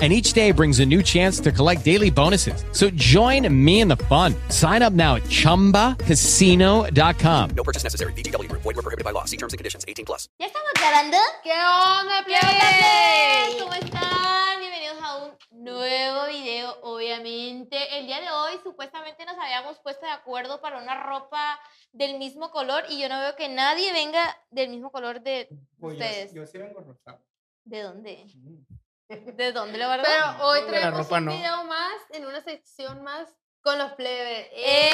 and each day brings a new chance to collect daily bonuses. So join me in the fun. Sign up now at ChumbaCasino.com. No purchase necessary. VGW Group. Void were prohibited by law. See terms and conditions. 18 plus. ¿Ya estamos grabando? ¿Qué onda, ¿Qué onda, plebes? ¿Cómo están? Bienvenidos a un nuevo video, obviamente. El día de hoy supuestamente nos habíamos puesto de acuerdo para una ropa del mismo color y yo no veo que nadie venga del mismo color de Pues yo- ustedes. Yo, sí vengo rosado. ¿De dónde? ¿De dónde lo guardó? Pero hoy traemos ropa un no. video más, en una sección más, con los plebes. ¡Eh!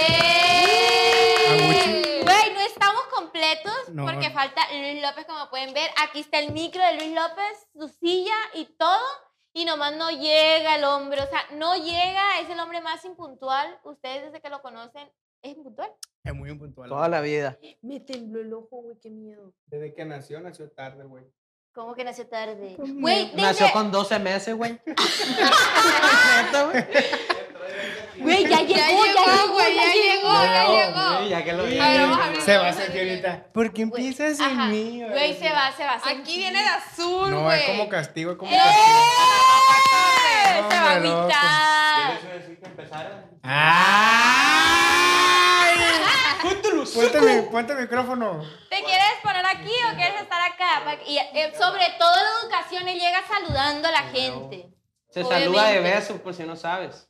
Aguchi. Güey, no estamos completos No. porque falta Luis López, como pueden ver. Aquí está el micro de Luis López, su silla y todo. Y nomás no llega el hombre, o sea, no llega, es el hombre más impuntual. Ustedes desde que lo conocen, ¿es impuntual? Es muy impuntual. Toda la vida. Mételo el ojo, güey, qué miedo. Desde que nació, nació tarde, güey. ¿Cómo que nació tarde? Güey, Nació desde- con 12 meses, güey. Neta, güey. güey, ya llegó, ya llegó, güey, ya ya llegó, llegó, ya ya llegó. Güey, ya que lo vi. A ver, vamos a abrir. Se va a vamos a sentir abrir bien. ahorita. Porque Güey, empiezas ajá. sin mí, Güey, se va, se va. se- Aquí viene el azul, güey. No, es como castigo, es como ¡Eh! castigo. Se va a Hombre, loco. agüitar. ¡Ay! Ponte, mi, ponte el micrófono. ¿Te quieres poner aquí o quieres estar acá? Pa- Y eh, sobre todo la educación, él llega saludando a la gente. Se saluda de Obviamente. besos, por si no sabes.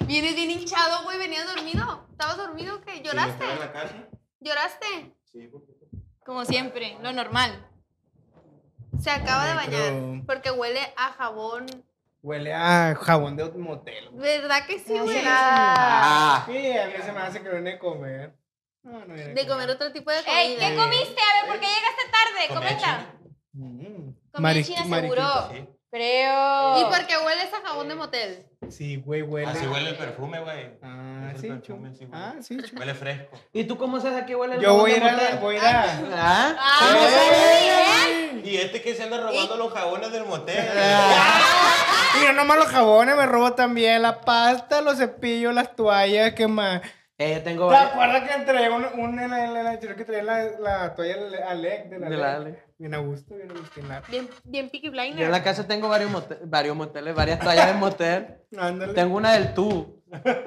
Vienes bien hinchado, güey, venías dormido. ¿Estabas dormido o qué? ¿Lloraste? ¿Lloraste? Como siempre, lo normal. Se acaba de Ay, bañar pero- porque huele a jabón. Huele a jabón de motel. güey. ¿Verdad que sí, güey? Ah, Sí, a mí se me hace que viene a comer. No, no viene De comer otro tipo de comida. Ey, ¿qué comiste? A ver, ¿por qué llegaste tarde? Comenta. Mm. Maris- china marisquito, seguro. Creo. ¿Y por qué hueles a jabón de motel? sí. Sí, güey, huele. Así huele el perfume, güey. Ah, Huele el sí, perfume, chum. sí, huele. Ah, sí, chum. Huele fresco. ¿y tú cómo sabes a qué huele el Yo jabón voy a de ir a la- motel? voy a ir a. ¿Ah? Ah, ¡Ey! ¿eh? Y este que se anda robando los jabones del motel. Y no nomás los jabones, me robo también la pasta, los cepillos, las toallas, ¿qué más? Eh, yo tengo ¿Te varias. acuerdas que entregué un, un, en la- en la- en la- creo que traía la, la toalla al- al Alec de la, De la Alec? Bien a gusto, bien agustinado. Bien, bien picky blinder. Yo en la casa tengo varios, mote- varios moteles, varias tallas de motel. Ándale. Tengo una del tú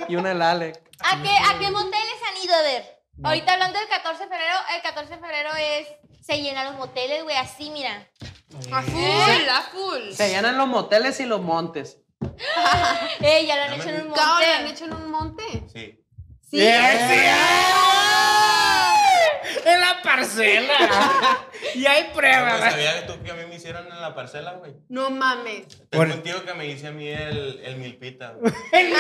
y una del Alex. ¿A qué, ¿A qué moteles han ido a ver? Ahorita hablando del 14 de febrero, el 14 de febrero es. Se llenan los moteles, güey, así, mira. A full, a full. Se llenan los moteles y los montes. Ey, ya lo han No me hecho en un monte. Cabo, ¿lo han hecho en un monte? Sí. Sí. ¡Bien, sí, eh! ¡En la parcela! y hay Pero pruebas. ¿Sabías tú que a mí me hicieron en la parcela, güey? No mames. Tengo Por- un tío que me hice a mí el, el milpita, güey. En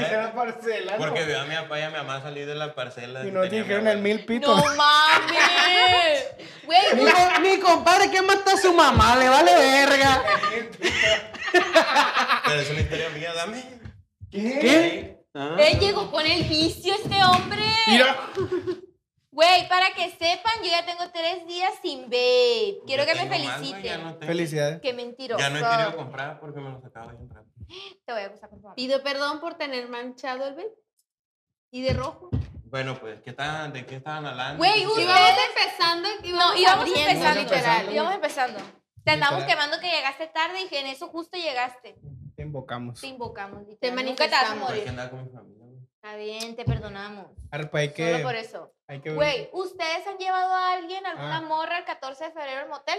la parcela. Porque no. veo a mi papá y a mi mamá salir de la parcela. Y no te tenía mi dijeron el abuela. mil pito. ¡No mames! Güey, Mi, co- mi compadre, ¿qué mató a su mamá? Le vale verga. Pero es una historia mía, dame. ¿Qué? Ah. Él llegó con el vicio este hombre. Mira. Güey, para que sepan, yo ya tengo tres días sin vape. Quiero Yo que me tengo más, güey, ya feliciten. no tengo- Felicidades. Qué mentiroso. Ya no he querido comprar porque me los acabo de comprar. Te voy a acusar, por favor. Pido perdón por tener manchado el vape. Y de rojo. Bueno, pues, ¿qué estaban, ¿de qué estaban hablando? Güey, ¿Qué ustedes- Vamos empezando y No, vamos íbamos abriendo, empezando, literal. literal. Íbamos empezando. Te andamos Literal. quemando que llegaste tarde y en eso justo llegaste. Te invocamos. Te invocamos. literal. Te Nunca te vas a manifestamos. Hay que morir. andar con mi familia, güey. Está bien, te perdonamos. Arpa, pues, hay Solo por que. eso. Hay que Güey, ¿ustedes han llevado a alguien, alguna Ah. morra, el 14 de febrero al motel?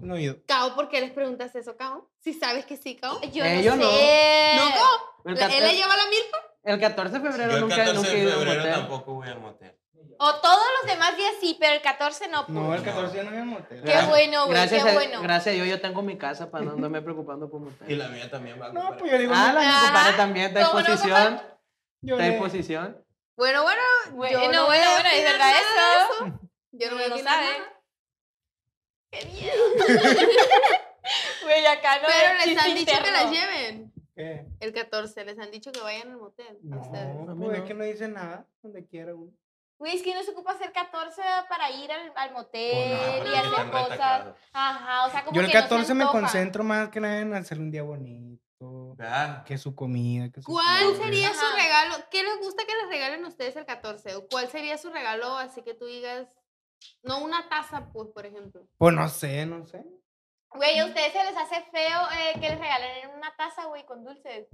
No, yo. Cao, ¿por qué les preguntas eso, Cao? Si sabes que sí, Cao. Yo Eh, no yo no. sé. ¿No, Cao? El ¿La- ¿Él le cartel- lleva la milpa? El 14 de febrero Yo el nunca, 14 nunca he de ido a un febrero motel. tampoco voy al motel. O todos los demás días sí, pero el 14 no. No, pues. el 14 ya no es motel. Qué bueno, güey, Gracias qué a- bueno. Gracias a Dios yo tengo mi casa para no andarme preocupando por Y motel. la mía también va a No, comprar. pues yo digo, Ah, pues, la Ajá. mi compadre también está en ¿Cómo no, posición. yo Está en le- posición. Bueno, bueno, Bueno, yo bueno, no voy a bueno, es opinar verdad nada de eso. Yo Uno no voy a no opinar sabe. nada. Qué miedo. Güey, acá no Pero hay les han chiste dicho que interno. las lleven. ¿Qué? El 14, les han dicho que vayan al motel. a Este, ustedes. No, mí pues, es no. que no dice nada donde quiera uno. Güey, es que no se ocupa hacer 14 para ir al, al Pues no, motel porque y hacer están cosas. retacados. Ajá, o sea, como Yo el que no se 14 me antoja. concentro más que nada en hacer un día bonito, Ah, que su comida, que su ¿Cuál flores. sería su Ajá. regalo? ¿Qué les gusta que les regalen ustedes el 14? ¿O cuál sería su regalo? Así que tú digas, no una taza, pues, por ejemplo. Pues no sé, no sé. Güey, a ustedes se les hace feo eh, que les regalen una taza, güey, con dulces.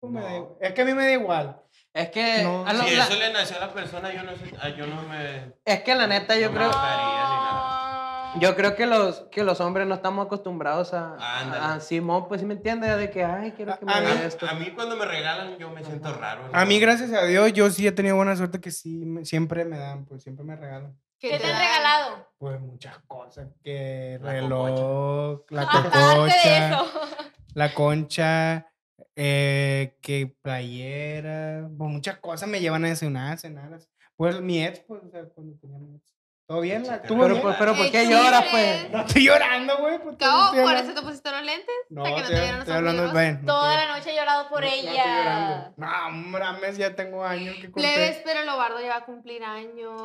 Pues me da No. igual. Es que a mí me da igual. Es que, No. a lo- Si la- eso le nació a la persona, yo no sé. ah, Yo no me. es que la neta yo No. creo, gustaría, yo creo que los que los hombres no estamos acostumbrados a, Ándale. a, a Simón, pues si me entiendes de que ay quiero que me A- a dé mí- esto. A mí cuando me regalan yo me siento raro. ¿no? A mí, gracias a Dios, yo sí he tenido buena suerte que sí, me- siempre me dan, pues siempre me regalan. ¿Qué te han dan? regalado? Pues muchas cosas, que La reloj, la Aparte de cococha, eso. la concha, eh, que playera, pues muchas cosas me llevan a desayunar, a cenar. así. Pues mi ex, pues, o sea, cuando tenía mi ex. ¿Todo bien? La, ¿Tú, Pero, bien? pues, pero ¿por qué Eh, lloras sí, pues? pues. No estoy llorando, güey. pues, todo Cabo, estoy Oh, por hablando. eso te pusiste los lentes. No, para que no te estoy, vieran los estoy hablando, amigos. ven. no Toda estoy- la noche he llorado por no- no estoy ella. llorando. No, hombre, mames, ya tengo años que corté. Plebes, pero el Obardo ya va a cumplir años.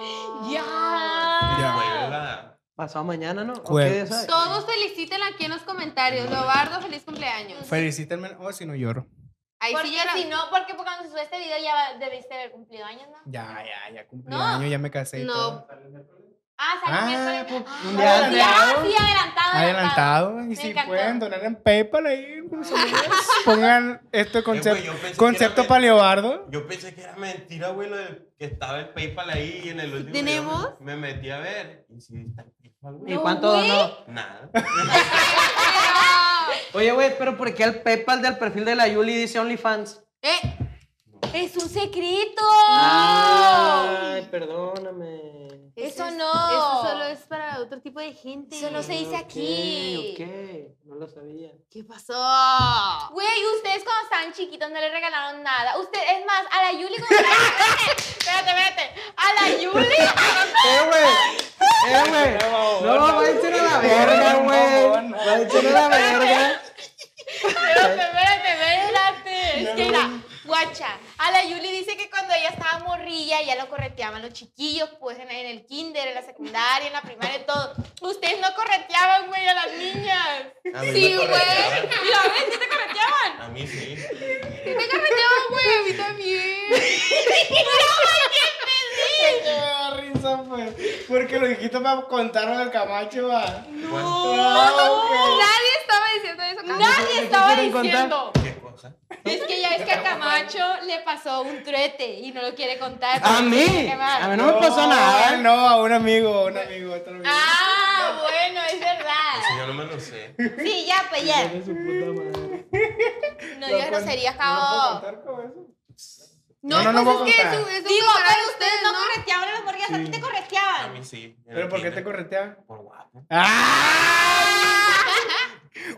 Ya. Jueves, la- eh, Pasado mañana, ¿no? ¿O qué Jueves. día es hoy? Todos felicítenla aquí en los comentarios. Lobardo, feliz cumpleaños. Felicítenme, oh, si no lloro. Ahí Porque sí llora. si no, porque cuando se sube este video ya debiste haber cumplido años, ¿no? Ya, ya, ya cumplí No. años, ya me casé. y No. todo. Ah, salió Ah, miércoles. pues, un Ah, día ya, sí, ah, adelantado. sí, adelantado. Adelantado. Y Me si encantó. pueden donar en PayPal ahí, pues, pongan este Eh, güey, yo concepto, pensé que concepto era- paleobardo. Yo pensé que era mentira, güey, lo de que estaba el PayPal ahí y en el último. tenemos? video me me metí a ver. Y si está el PayPal, güey. ¿Y No, cuánto güey. donó? Nada. Oye, güey, pero ¿por qué el PayPal del perfil de la Yuli dice OnlyFans? Eh, Es un secreto. Ay, perdóname. Eso es- no. Eso solo es para otro tipo de gente. Eso no se dice Ok, aquí. ok, no lo sabía. ¿Qué pasó? Güey, ustedes cuando estaban chiquitos no les regalaron nada. Usted, es más, a la Yuli cuando era- Espérate, espérate. A la Yuli. ¡Eh, güey! ¡Eh, güey! No, váyanse a la verga, güey. Váyanse a la verga. Espérate, espérate, espérate. Es que mira, guacha. A la Yuli dice que cuando ella estaba morrilla, ya lo correteaban los chiquillos, pues en, en el kinder, en la secundaria, en la primaria, en todo. Ustedes no correteaban, güey, a las niñas. A mí me Sí, güey. correteaban. ¿Y la ves? ¿Sí te correteaban? A mí sí. ¿Sí te correteaban, güey? A mí también. Ay, qué me da risa, pues, Porque lo dijiste para contarnos el camacho, va. No, ok. Nadie estaba diciendo eso. Cabo. Nadie estaba quieren contar? diciendo. ¿Qué cosa? Es que ya es que a Camacho le pasó un truete y no lo quiere contar. A porque se mí. siente mal. A mí no me pasó nada. No, a un amigo, a un amigo, a otro amigo. Ah, bueno, es Eso verdad. yo no me lo sé. Sí, ya, pues ya. Eres su puta madre. No digas groserías, No, cabo. puedo contar con eso. No, No, no, no pues voy es a que contar. es un- es un Digo, canal de pero ustedes no correteaban a las morrillas, a ti Sí. te A correteaban. mí sí. en ¿Pero el por qué te kinder. corretean? Por guapo.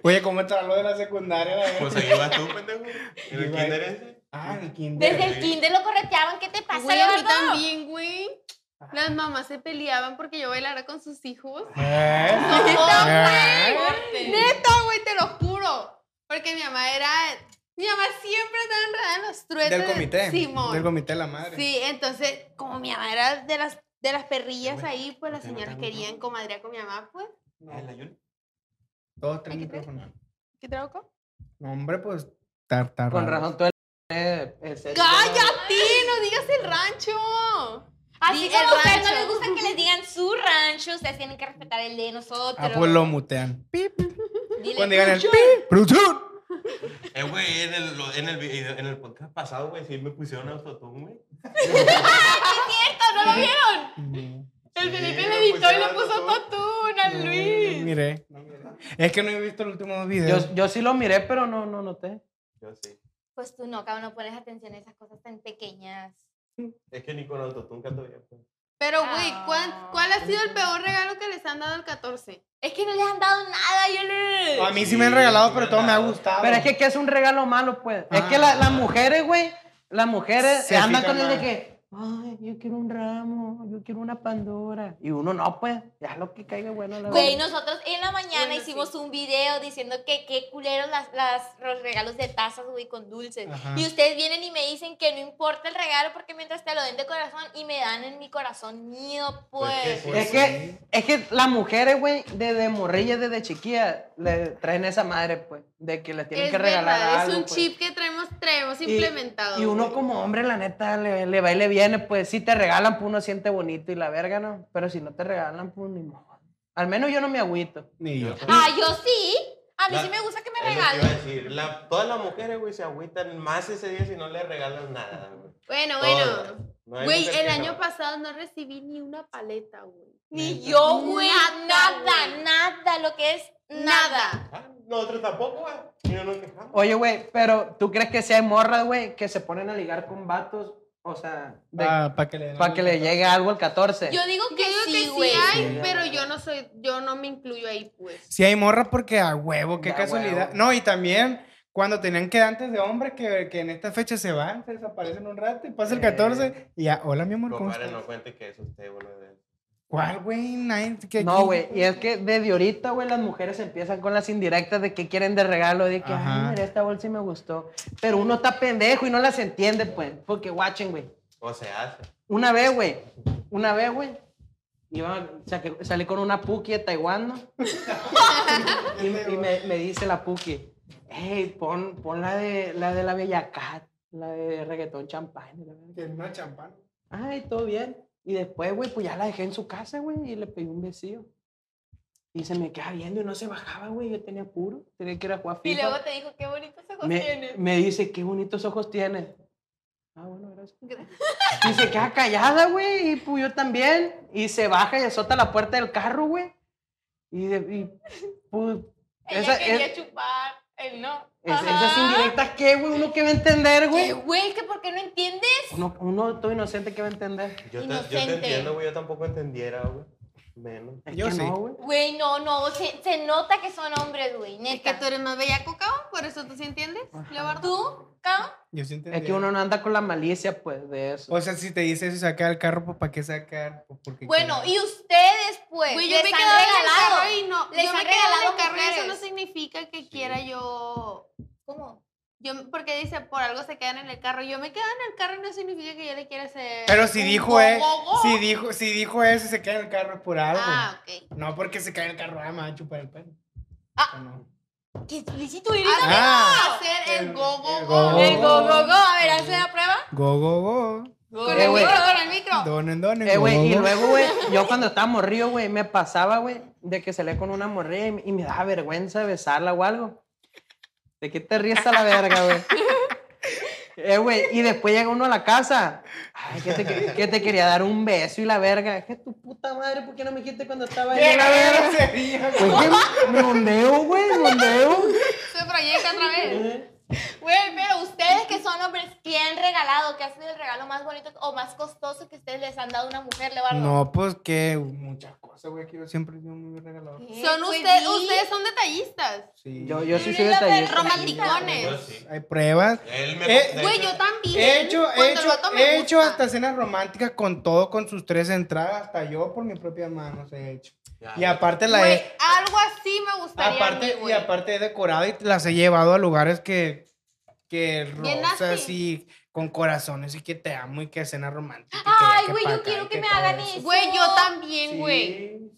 Oye, ¿cómo está lo de la secundaria? La Pues verdad? ahí vas tú, pendejo. En el Iba- kinder ese. Ah, el kinder. Desde el kinder lo correteaban, ¿qué te pasa, Güey, a mí Eduardo? también, güey. Las mamás se peleaban porque yo bailara con sus hijos. ¿Eh? ¿Eh? Neta, güey, te lo juro. Porque mi mamá era. Mi mamá siempre estaba enredada en los truetes. Del de comité. Simón. Del comité de la madre. Sí, entonces, como mi mamá era de las, de las perrillas ahí, pues las ¿por qué no señoras te han querían gustado? comadrear con mi mamá, pues. No, Ah, la Yuli. Todos tres Ay, ¿qué tal? micrófonos. ¿Qué trabajo? No, hombre, pues. Tar, tar, Con raro. razón, tú eres. eh, ese- ¡Cállate! ¡No digas el rancho! Así Di como el a ustedes no rancho. les gusta que les digan su rancho, ustedes tienen que respetar el de nosotros. Ah, pues lo mutean. Pip. Dile, Cuando digan el "Chuchu". pip. ¡Producción! Eh, güey, en el, lo- en, el video- en el podcast pasado, güey, sí me pusieron autotune, güey. ¡Es cierto! ¿No lo vieron? El Sí, Felipe lo le editó y le pusieron puso autotune. Totun a No, Luis. Miré. Es que no he visto los últimos dos videos. Yo, yo sí lo miré, pero no, no noté. Yo sí. Pues tú no, cabrón, no pones atención a esas cosas tan pequeñas. Es que ni con autotune canto bien. pues. Pero, güey, ¿cuál, Ah. ¿cuál ha sido el peor regalo que les han dado el 14? Es que no les han dado nada, yo le... A mí sí me han regalado, pero todo me ha gustado. Pero es que, que es un regalo malo, pues. Es que la- las mujeres, güey, las mujeres Se andan fijan con el de más. que, ay, yo quiero un ramo, yo quiero una pandora. Y uno no, pues, ya lo que caiga bueno. La Güey, verdad. nosotros en la mañana Bueno, hicimos un video diciendo que qué culeros las, las- los regalos de tazas, güey, con dulces. Ajá. Y ustedes vienen y me dicen que no importa el regalo porque mientras te lo den de corazón y me dan en mi corazón mío, pues. Pues que sí. es que, es que las mujeres, güey, desde morrillas, desde chiquillas, le traen esa madre, pues, de que le tienen Es que regalar verdad, algo, es un pues. chip que traemos, traemos Y- Eh, implementado. Y, uno güey. como hombre, la neta, le, le va y le viene, pues si te regalan, pues uno siente bonito y la verga, ¿no? Pero si no te regalan, pues ni modo. Al menos yo no me agüito. Ni yo. Ah, yo sí. A mí La- sí me gusta que me Es lo que iba a regalen. decir. La- todas las mujeres, güey, se agüitan más ese día si no le regalan nada, güey. Ah, Bueno, Todas. bueno. No hay Güey, mujer el que año no. pasado no recibí ni una paleta, güey. Ni yo, güey. Nada, Nada, güey. nada, lo que es nada. Nada. Ah, Nosotros tampoco, güey. Y no nos quejamos. Oye, güey, pero ¿tú crees que sea hay morras, güey, que se ponen a ligar con vatos? O sea, Para Ah, que le den para que le algo. llegue algo el 14. Yo digo Yo que digo que sí, sí güey. hay, pero yo no soy, yo no me incluyo ahí, pues. Sí hay morra porque a huevo, qué Da casualidad. huevo. No, y también cuando tenían quedantes de hombres que, que en esta fecha se van, se desaparecen un rato y pasa el Eh. 14 y ya, hola mi amor, ¿cómo Compadre, no estás? cuente que es usted, güey. de- ¿Cuál, güey? Nadie- que No, aquí- güey, y es que desde ahorita, güey, las mujeres empiezan con las indirectas de que quieren de regalo, de que, Ajá. ay, mira, esta bolsa sí me gustó. Pero uno está pendejo y no las entiende, pues, porque guachen, güey. O se hace. Una vez, güey. Una vez, güey. Iba, saqué- salí con una puki de Taiwán, ¿no? y y me, me dice la puki, hey, pon, pon la, de, la de la Bella Cat, la de reggaetón champán. y la verga. Que una champán. Ay, todo bien. Y después, güey, pues ya la dejé en su casa, güey, y le pedí un besillo. Y se me queda viendo y no se bajaba, güey. Yo tenía apuro, tenía que ir a jugar Y FIFA. luego te dijo, qué bonitos ojos me, tienes. me dice, qué bonitos ojos tienes. Ah, bueno, gracias. Y se queda callada, güey. Y pues yo también. Y se baja y azota la puerta del carro, güey. Y, de- y, pues. Ella Esa, quería es, chupar, él no. es- esas Ajá. indirectas, ¿qué, güey? Uno que va a entender, ¿Qué, güey. güey? ¿Que por qué no entiendes? Uno, uno todo inocente que va a entender. Yo te, yo te Inocente. entiendo, güey. Yo tampoco entendiera, güey. Menos. Es Yo que sí. no, güey. Güey, no, no, se, se nota que son hombres, güey, Es que neta. tú eres más bellaco, cabrón, por eso tú sí entiendes, Leobardo. ¿Tú, Cam? Yo sí entendí. Es que uno no anda con la malicia, pues, de eso. O sea, si te dice eso, saca el carro, pues ¿para qué sacar? Pues, porque Bueno, quiero. y ustedes, pues, Güey, yo les me he han quedado en el regalado. carro y no, Les yo me han he quedado en el regalado carro y eso no mujeres. significa que quiera yo, ¿Cómo? yo, porque dice, por algo se quedan en el carro, yo me quedo en el carro y no significa que yo le quiera hacer Pero si un dijo, eh, gogogo. si dijo, si dijo eso, se cae en el carro es por algo. Ah, ok. No porque se cae en el carro, ah, me va a chupar el pelo. Ah. No. ¿Qué explícito eres? Ah, Ah. hacer el El- go, el go, go, go. El go, go, go. A ver, haz la prueba. Go, go, go. Con Eh, el güey. micro, con el micro. Donen, donen. Eh, go, güey, y go, go. luego, güey, yo cuando estaba morrido, güey, me pasaba, güey, de que salía con una morrilla y, y me daba vergüenza besarla o algo. ¿De qué te ríes a la verga, güey? Eh, güey, y después llega uno a la casa. Ay, que te, que- que te quería dar un beso y la verga. Es que tu puta madre, ¿por qué no me dijiste cuando estaba ahí? Bien, a ver, ese día, güey. Pues que me ondeo, güey, me ondeo. Se proyecta otra vez. Eh. Güey, pero ustedes que son hombres, ¿qué han regalado? ¿Qué ha sido el regalo más bonito o más costoso que ustedes les han dado a una mujer, Levardo? No, pues que muchas cosas, güey, que yo siempre he sido muy regalador. ¿Qué? Son Pues, ustedes, sí. ustedes son detallistas. Sí. Yo, yo sí soy Eres la detallista. romanticones. Yo sí. Hay pruebas. Pues, Él me. Eh, de Güey, hecho, yo también. He hecho, he Cuando el hecho, vato me he hecho gusta. hasta cenas románticas con todo, con sus tres entradas, hasta yo por mis propias manos he hecho. Ya, Y aparte la Güey, he... algo así me gustaría. a mí, Aparte, y güey. aparte he decorado y las he llevado a lugares que, que Bien rosas nasty. y con corazones y que te amo y que cena romántica. y que Ay, ya que güey, pa' yo acá quiero y que me hagan todo eso. Güey, yo también, Sí, güey.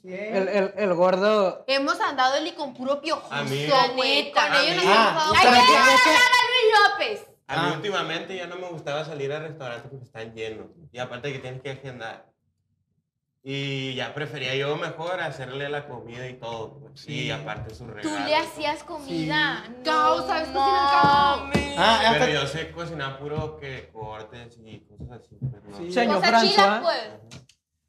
sí, eh. El, el, el gordo. Hemos andado el con puro piojoso, A güey. mí- La neta, Con ellos nos a mí. hemos dado Ah, Ay, ¿sabes qué? güey, Es que- a Luis López. A mí Ah. últimamente ya no me gustaba salir a restaurantes porque están llenos. Y aparte que tienes que agendar. Y ya prefería yo mejor hacerle la comida y todo. pues. Sí. Y aparte su regalo. Tú le hacías comida. No, Cao, ¿sabes cocinar, Cao? mames. Ah, hasta- Pero yo sé cocinar puro que cortes y cosas así. pero no. Sí. Señor O sea, François. chilas, pues.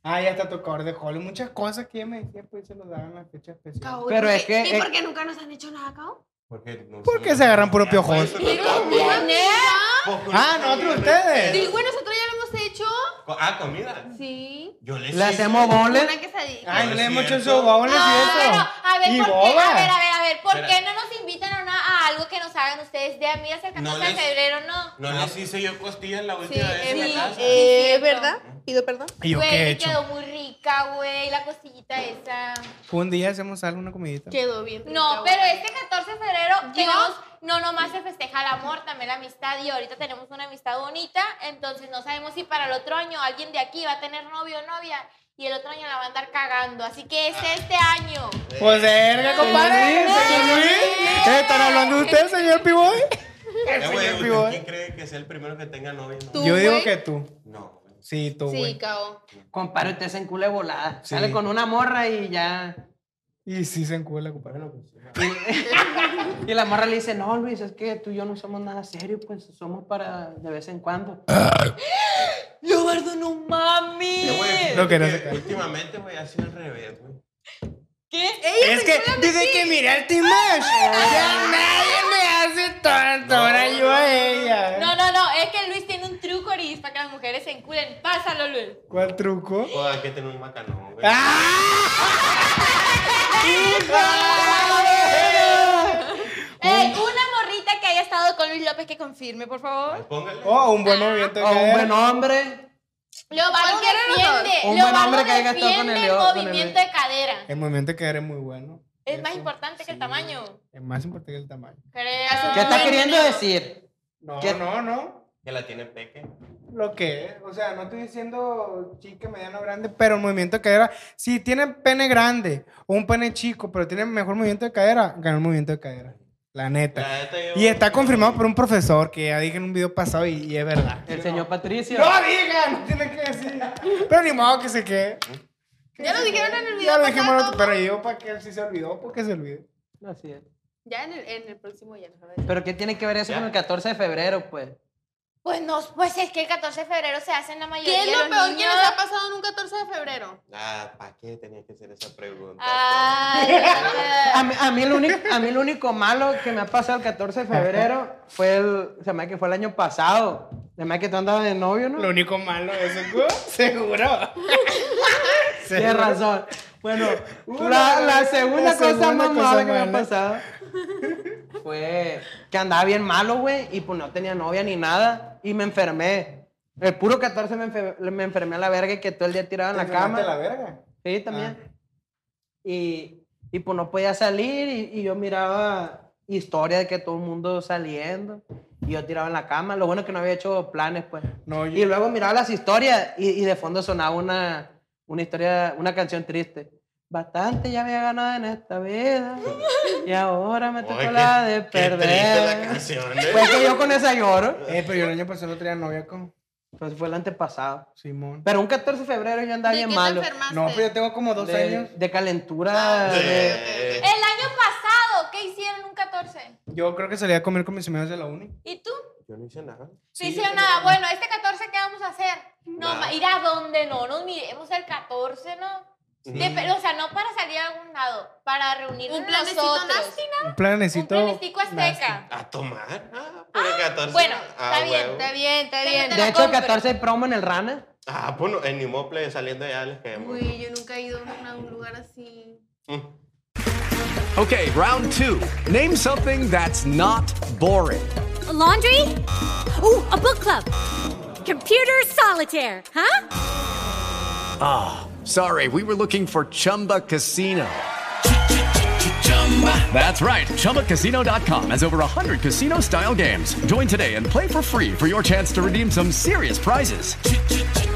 Ah, ya está tu cover de Holly. Muchas cosas que ella me decía, pues se nos daban en la fecha especial. Cao, Pero ¿y es por que- qué- ¿Y es- por qué nunca nos han hecho nada, Cao? Porque, no ¿Por sé, qué no se agarran sé, puro ya, piojos? pues, eso no está bien. ¿Neta? Pues, Ah, ¿nosotros, ustedes? Sí, güey, nosotros ya lo hemos hecho. Co- Ah, comida. Sí. Yo le Le hacemos Una boles. quesadilla. Ay, No no es le hemos hecho cierto. eso, vámonos Ah, y pero, eso. a ver, Y ¿por qué? boba. A ver, a ver, a ver, ¿por Espera. qué no nos invitan a, una- a algo que nos hagan ustedes de amigas el 14 No de les- febrero? No. No Ah. les hice yo costillas la Sí, última vez es en la verdad. casa. Eh, Sí, cierto. ¿Verdad? Pido perdón. ¿Y yo Güey, qué he y hecho? quedó muy rica, güey, la costillita esa. Un día hacemos algo, una comidita. Quedó bien. No, rica, güey. pero este 14 de febrero Yo- tenemos, no nomás se festeja el amor, también la amistad y ahorita tenemos una amistad bonita, entonces no sabemos si para el otro año alguien de aquí va a tener novio o novia y el otro año la va a andar cagando, así que es Ah. este año. Pues verga, compadre. Señor Luis, ¿están hablando de usted, señor Piboy? Eh, güey, señor ¿usted Pivoy. ¿Quién cree que sea el primero que tenga novia? No. Tú. Yo digo güey. que tú. No, güey. Sí, tú, Sí, güey. cao. Compadre, usted se encule volada. Sí. Sale con una morra y ya. Y sí se encuela, compadre. Bueno, pues, sí. Y la morra le dice, no, Luis, es que tú y yo no somos nada serio, pues somos para de vez en cuando. Leobardo, no mami. Eh, güey, Lo que no fíjate se que cae. Últimamente, güey, ha sido al revés, güey. ¿Qué? Es que dice que miré al Timash. Ya nadie me hace tonto. Ahora yo a ¿eh? ella. No, no, no, es que Luis tiene un truco, Oris, para que las mujeres se enculen. Pásalo, Luis. ¿Cuál truco? O Oh, hay que tener un macanón, güey. ¡Ah! Ey, Eh, una morrita que haya estado con Luis López que confirme, por favor. Póngale. Oh, un buen movimiento. O un acá. buen hombre. Leobardo Cualquiera de los dos. defiende. Un buen Leobardo hombre que haya estado con defiende el el Leo- con el movimiento Luis. de cadera. El movimiento que eres muy bueno. Es más Eso. importante que el tamaño. Es más importante que el tamaño. Creo. ¿Qué está Ay, queriendo no. decir? No, ¿Qué? no, no. Que la tiene peque. Lo que es. O sea, no estoy diciendo chica, mediano, grande, pero el movimiento de cadera. Si tienen pene grande o un pene chico, pero tienen mejor movimiento de cadera, ganó el movimiento de cadera. La neta. La neta, yo- Y está confirmado por un profesor que ya dije en un video pasado y, y es verdad. El señor Patricio. ¡No digan! No tienen que decir. Pero ni modo que se quede. Ya lo dijeron en el video. Ya lo pasado, dijimos, ¿cómo? pero yo para que él sí se olvidó, porque se olvidó. Así es. Ya en el, en el próximo ya. no, a ver. Pero ¿qué tiene que ver eso Ya. con el 14 de febrero, pues? Pues no, pues es que el 14 de febrero se hace en la mayoría ¿Qué es lo de los peor que niños. les ha pasado en un 14 de febrero? Ah, ¿para qué tenía que hacer esa pregunta? Ay, A Dios. mí, a mí el único, a mí el único malo que me ha pasado el 14 de febrero fue el, se me hace que fue el año pasado. Se me hace que tú andabas de novio, ¿no? Lo único malo es eso, güey. Seguro. Tienes Seguro. razón. Bueno, Una- la, la segunda la cosa segunda más cosa mala que me ha mala. pasado fue que andaba bien malo, güey, y pues no tenía novia ni nada, y me enfermé. El puro 14 me, enfer- me enfermé a la verga y que todo el día tirado en la Te cama. fumaste la Ah. verga. Sí, también. Y, y pues no podía salir y, y yo miraba historias de que todo el mundo saliendo y yo tiraba en la cama. Lo bueno es que no había hecho planes, pues. No, yo- Y luego miraba las historias y, y de fondo sonaba una, una historia, una canción triste. Bastante ya había ganado en esta vida y ahora me tocó Oye, la de qué- qué triste la perder. canción, ¿eh? Pues que yo con esa lloro. Eh, pero yo el año pasado no tenía novia con Entonces fue el antepasado. Simón. Pero un 14 de febrero yo andaba ¿De qué bien te malo. enfermaste? No, pero yo tengo como dos De, años. de calentura. de- Eh, El año pasado, ¿qué hicieron un 14? Yo creo que salía a comer con mis amigos de la uni. ¿Y tú? Yo no hice nada. No hicieron nada. Bueno, este 14, ¿qué vamos a hacer? No, Nada. ma- ir a dónde no, nos miremos el 14, ¿no? De- o sea, no para salir a algún lado, para reunirnos ¿Un planecito nosotros. nasty, no? Un Un planecito. planestico azteca. Mm. ¿A tomar? Ah, por el 14. bueno, Ah, está bien, huevo. está bien, está bien. De la hecho, el compro. 14 hay promo en el Rana. Ah, bueno, en Nimople saliendo allá les caemos. Uy, yo nunca he ido a un- a un lugar así. Mm. Okay, round two. Name something that's not boring. A laundry? Ooh, a book club. Computer solitaire, huh? Sorry, we were looking for Chumba Casino. That's right. ChumbaCasino.com has over 100 casino style games. Join today and play for free for your chance to redeem some serious prizes.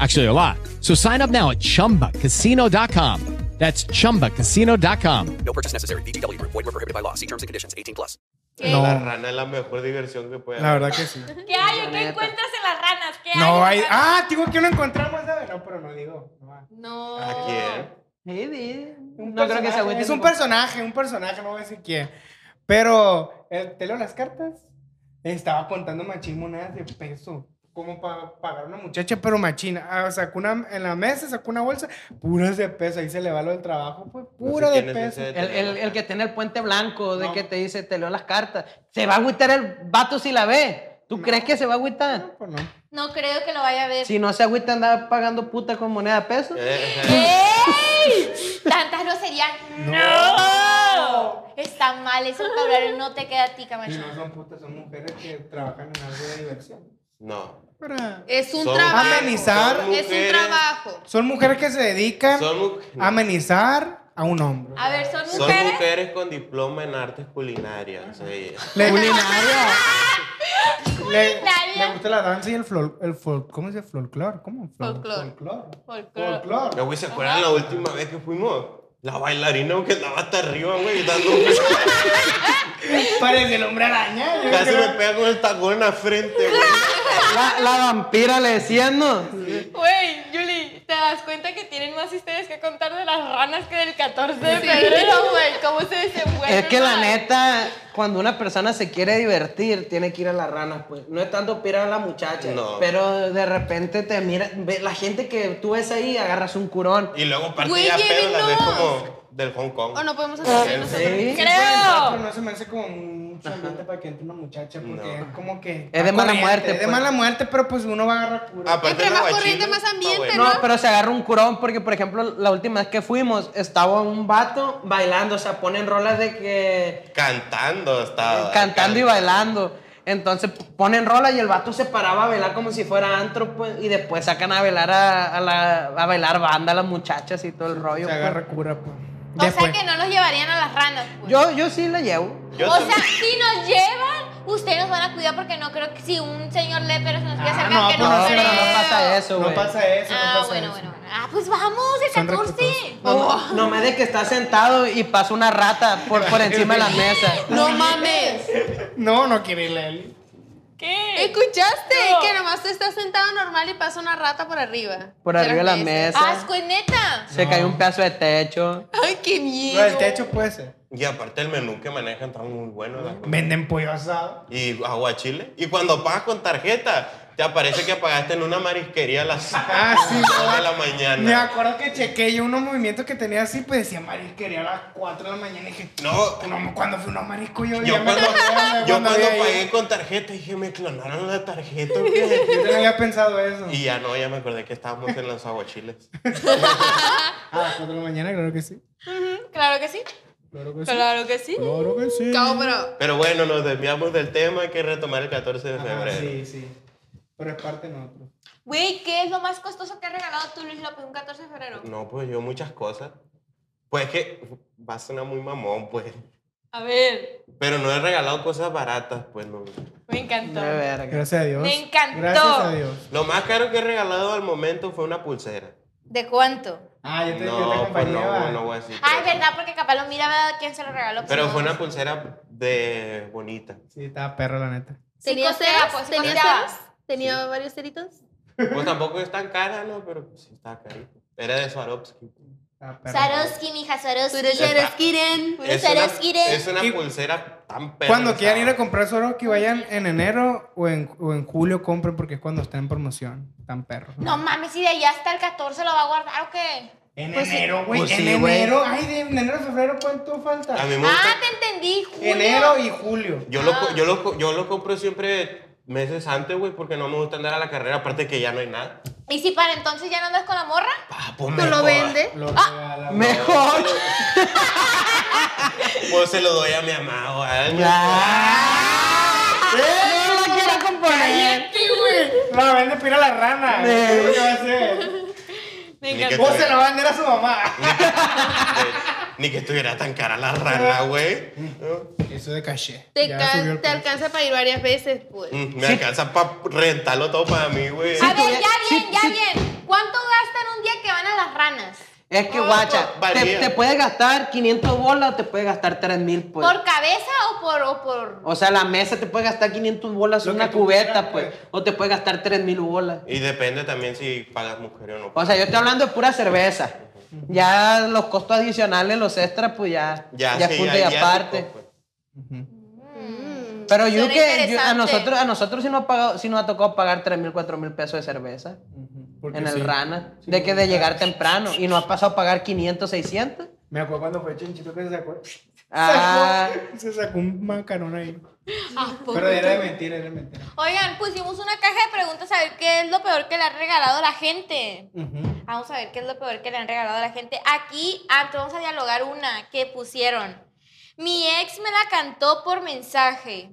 Actually, a lot. So sign up now at chumbacasino.com. That's chumbacasino.com. No purchase necessary. VGW Group. Void where prohibited by law. See terms and conditions. 18 plus. ¿Qué? No. La rana es la mejor diversión que puede La haber. verdad que sí. ¿Qué hay? La ¿Qué neta. encuentras en las ranas? ¿Qué No hay? hay. en las ranas? Ah, digo que no encontramos, ¿sabes? No, pero no digo. no hay. No. ¿A quién? Eh, eh, Un No creo que se personaje, agüite Es un ningún- personaje, un personaje, no voy a decir quién. Pero, eh, ¿te leo las cartas? Estaba contando machín monedas de peso. Como para pagar una muchacha, pero machina. Ah, sacó una, en la mesa sacó una bolsa, puras de peso. Ahí se le va lo del trabajo, pues, pura sé de quién es peso. ese El, el- el que tiene el puente blanco, de No. que te dice, te leo las cartas. Se va a agüitar el vato si la ve. ¿Tú No. crees que se va a agüitar? No, pues no. No creo que lo vaya a ver. Si no se agüita, anda pagando puta con moneda de peso. Eh, ¡Ey! Tantas no serían. ¡No! Está mal, esos cabrones no te queda a ti, Y Camacho. no son putas, son mujeres que trabajan en algo de diversión. No. Para- Es un Son- trabajo. Amenizar. son Es un mujeres- trabajo. Son mujeres que se dedican Son, mu- a amenizar a un hombre. A ver, ¿son son mujeres? mujeres con diploma en artes culinarias. sí. Le, le, Culinaria. le gusta la danza y el flor, el fol- ¿cómo se dice? Folclore, ¿cómo? Flor- Folclore. Folclore. Folclore. Folclore. No, güey, ¿se acuerdan la última vez que fuimos? La bailarina, aunque estaba hasta arriba, güey, dando Parece el hombre araña. yo Casi me creo. pega con el tacón en la frente, güey. La, la vampira le decían, ¿no? Güey, Yuli, ¿te das cuenta que tienen más historias que contar de las ranas que del 14 de febrero, güey? ¿Cómo se desenvuelve? Es que la neta, cuando una persona se quiere divertir, tiene que ir a las ranas, pues. No es tanto pirar a la muchacha, No. pero de repente te mira, ve- la gente que tú ves ahí, agarras un curón. Y luego Güey, partía pedo, la ves llévenos. como del Hong Kong. O no podemos hacer Sí. nosotros. Sí. Sí, por el rato, Creo. No se me hace como mucho ambiente para que entre una muchacha porque No. es como que. Es de mala corriente, muerte, Es de pues. mala muerte, pero pues uno va a agarrar cura. Aparte Entre el más aguachile, corriente, más está ambiente, bueno. No, pero se agarra un curón porque, por ejemplo, la última vez que fuimos, estaba un vato bailando, o sea, ponen rolas de que... eh, Cantando Ah, estaba. cantando y Can- bailando. Entonces ponen rolas y el vato se paraba a bailar como si fuera antro, pues, y después sacan a bailar a, a la- a bailar banda a las muchachas y todo el rollo. Se pues. agarra cura, pues. O sea Después. que no los llevarían a las ranas, güey. Yo, yo sí la llevo. Yo o también- sea, si nos llevan, ustedes nos van a cuidar porque no creo que si un señor lepero se nos quiere Ah, acercar, no, que pues no, no, pero creo. no pasa eso, güey. No pasa eso, Ah, no pasa bueno, eso. bueno, bueno. Ah, pues vamos, el Son 14. recursos. Oh. No me de que está sentado y pasa una rata por, por encima de la mesa. No mames. No, no quiere ir a él. ¿Qué? ¿Escuchaste? No. Que nomás tú estás sentado normal y pasa una rata por arriba. Por De arriba de la mesa. mesa. Asco, es neta. Se cayó un pedazo de techo. Ay, qué Lo miedo. del techo puede ser. Y aparte el menú que manejan está muy bueno. la comida. Venden pollo asado. Y aguachile. Y cuando pagas con tarjeta, te aparece que pagaste en una marisquería a las 5 Ah, sí, de ¿verdad? la mañana. Me acuerdo que chequé yo unos movimientos que tenía así, pues decía marisquería a las 4 de la mañana y dije, No, no, cuando fui unos marisco yo, ya yo me cuando, acordé de yo cuando había ido. pagué con tarjeta dije, me clonaron la tarjeta. güey". Yo no había pensado eso. Y ya no, ya me acordé que estábamos en los aguachiles. A Ah, las 4 de la mañana, claro que sí. Claro que sí. Claro que sí. Claro que sí. Claro que sí. Cabo, pero Pero bueno, nos desviamos del tema, hay que retomar el 14 de Ah, febrero. sí, sí. Pero es parte de nosotros. Güey, ¿qué es lo más costoso que has regalado tú, Luis López, un 14 de febrero? No, pues yo muchas cosas. Pues es que va a sonar muy mamón, pues. A ver, Pero no he regalado cosas baratas, pues no. me encantó. De verga. Gracias a Dios. Me encantó. Gracias a Dios. Lo más caro que he regalado al momento fue una pulsera. ¿De cuánto? Ah, yo te, yo te No, pues acompañé. no, va. no voy a decir. Ah, es verdad, porque capaz lo mira a quién se lo regaló. pues, Pero no. fue una pulsera de bonita. Sí, estaba perro, la neta. ¿Tenía costeaba, ceros? pues, sí ¿Tenía costeaba. ceros? ¿Tenía varios ceritos? Pues tampoco es tan cara, ¿no? Pero pues, sí estaba carita. Era de Swarovski. Estaba perro. Swarovski, mija, Swarovski. Puro Swarovskiren. Puro Es una, Swarovski. es una Y- pulsera tan perra. Cuando esa. quieran ir a comprar su que vayan en enero o en, o en julio compren porque es cuando está en promoción. Tan perro. No mames, si de allá hasta el 14 lo va a guardar o qué. En Pues sí. enero, güey. Pues en sí, güey. enero. Ay, de en enero a febrero, ¿cuánto falta? A mí me gusta- Ah, te entendí, Julio. Enero y julio. Yo, lo, co- yo, lo, co- yo lo compro siempre meses antes, güey, porque no me gusta andar a la carrera, aparte que ya no hay nada. ¿Y si para entonces ya no andas con la morra? Ah, pues ¿Tú lo mejor. vendes? Lo Ah. regalamos. Mejor. Pues se lo doy a mi amado. ¡Eh, no la quiero componer! La vende para ir a la rana. Sí. ¿Qué va a hacer? Ni que, Vos se la estuviera, va a vender a su mamá. Eh, ni que estuviera tan cara la rana, güey. Eso de caché. Pues Te, Ya ca- subió el te precio. alcanza para ir varias veces, pues. Mm, Me alcanza para rentarlo todo para mí, güey. A ver, tuviera- ya bien, sí, ya sí. bien. ¿Cuánto gastan un día que van a las ranas? Es que, Oh, guacha, pues, te, varía. te puedes gastar 500 bolas o te puedes gastar 3000, pues. ¿Por cabeza o por, o por.? O sea, la mesa te puede gastar 500 bolas Lo que una tú cubeta, quieras, pues. pues. O te puede gastar 3000 bolas. Y depende también si pagas mujer o no. O sea, yo estoy hablando de pura cerveza. Ya los costos adicionales, los extras, pues ya. Ya, es sí, punto y ya aparte. tocó, pues. Mm. Pero yo Suena que yo- a interesante. nosotros a nosotros sí nos ha pagado, sí nos ha tocado pagar 3 mil, 4 mil pesos de cerveza Porque en el sí. Rana, Sí, de que de claro. llegar temprano y nos ha pasado a pagar 500, 600. Me acuerdo pues, cuando fue Chinchito que se sacó. Ah. sacó- se sacó un macarón ahí. ¿A poco? Pero era de mentira, era de mentira. Oigan, pusimos una caja de preguntas a ver qué es lo peor que le han regalado a la gente. Vamos a ver qué es lo peor que le han regalado a la gente. Aquí, ah, entonces vamos a dialogar una que pusieron. Mi ex me la cantó por mensaje.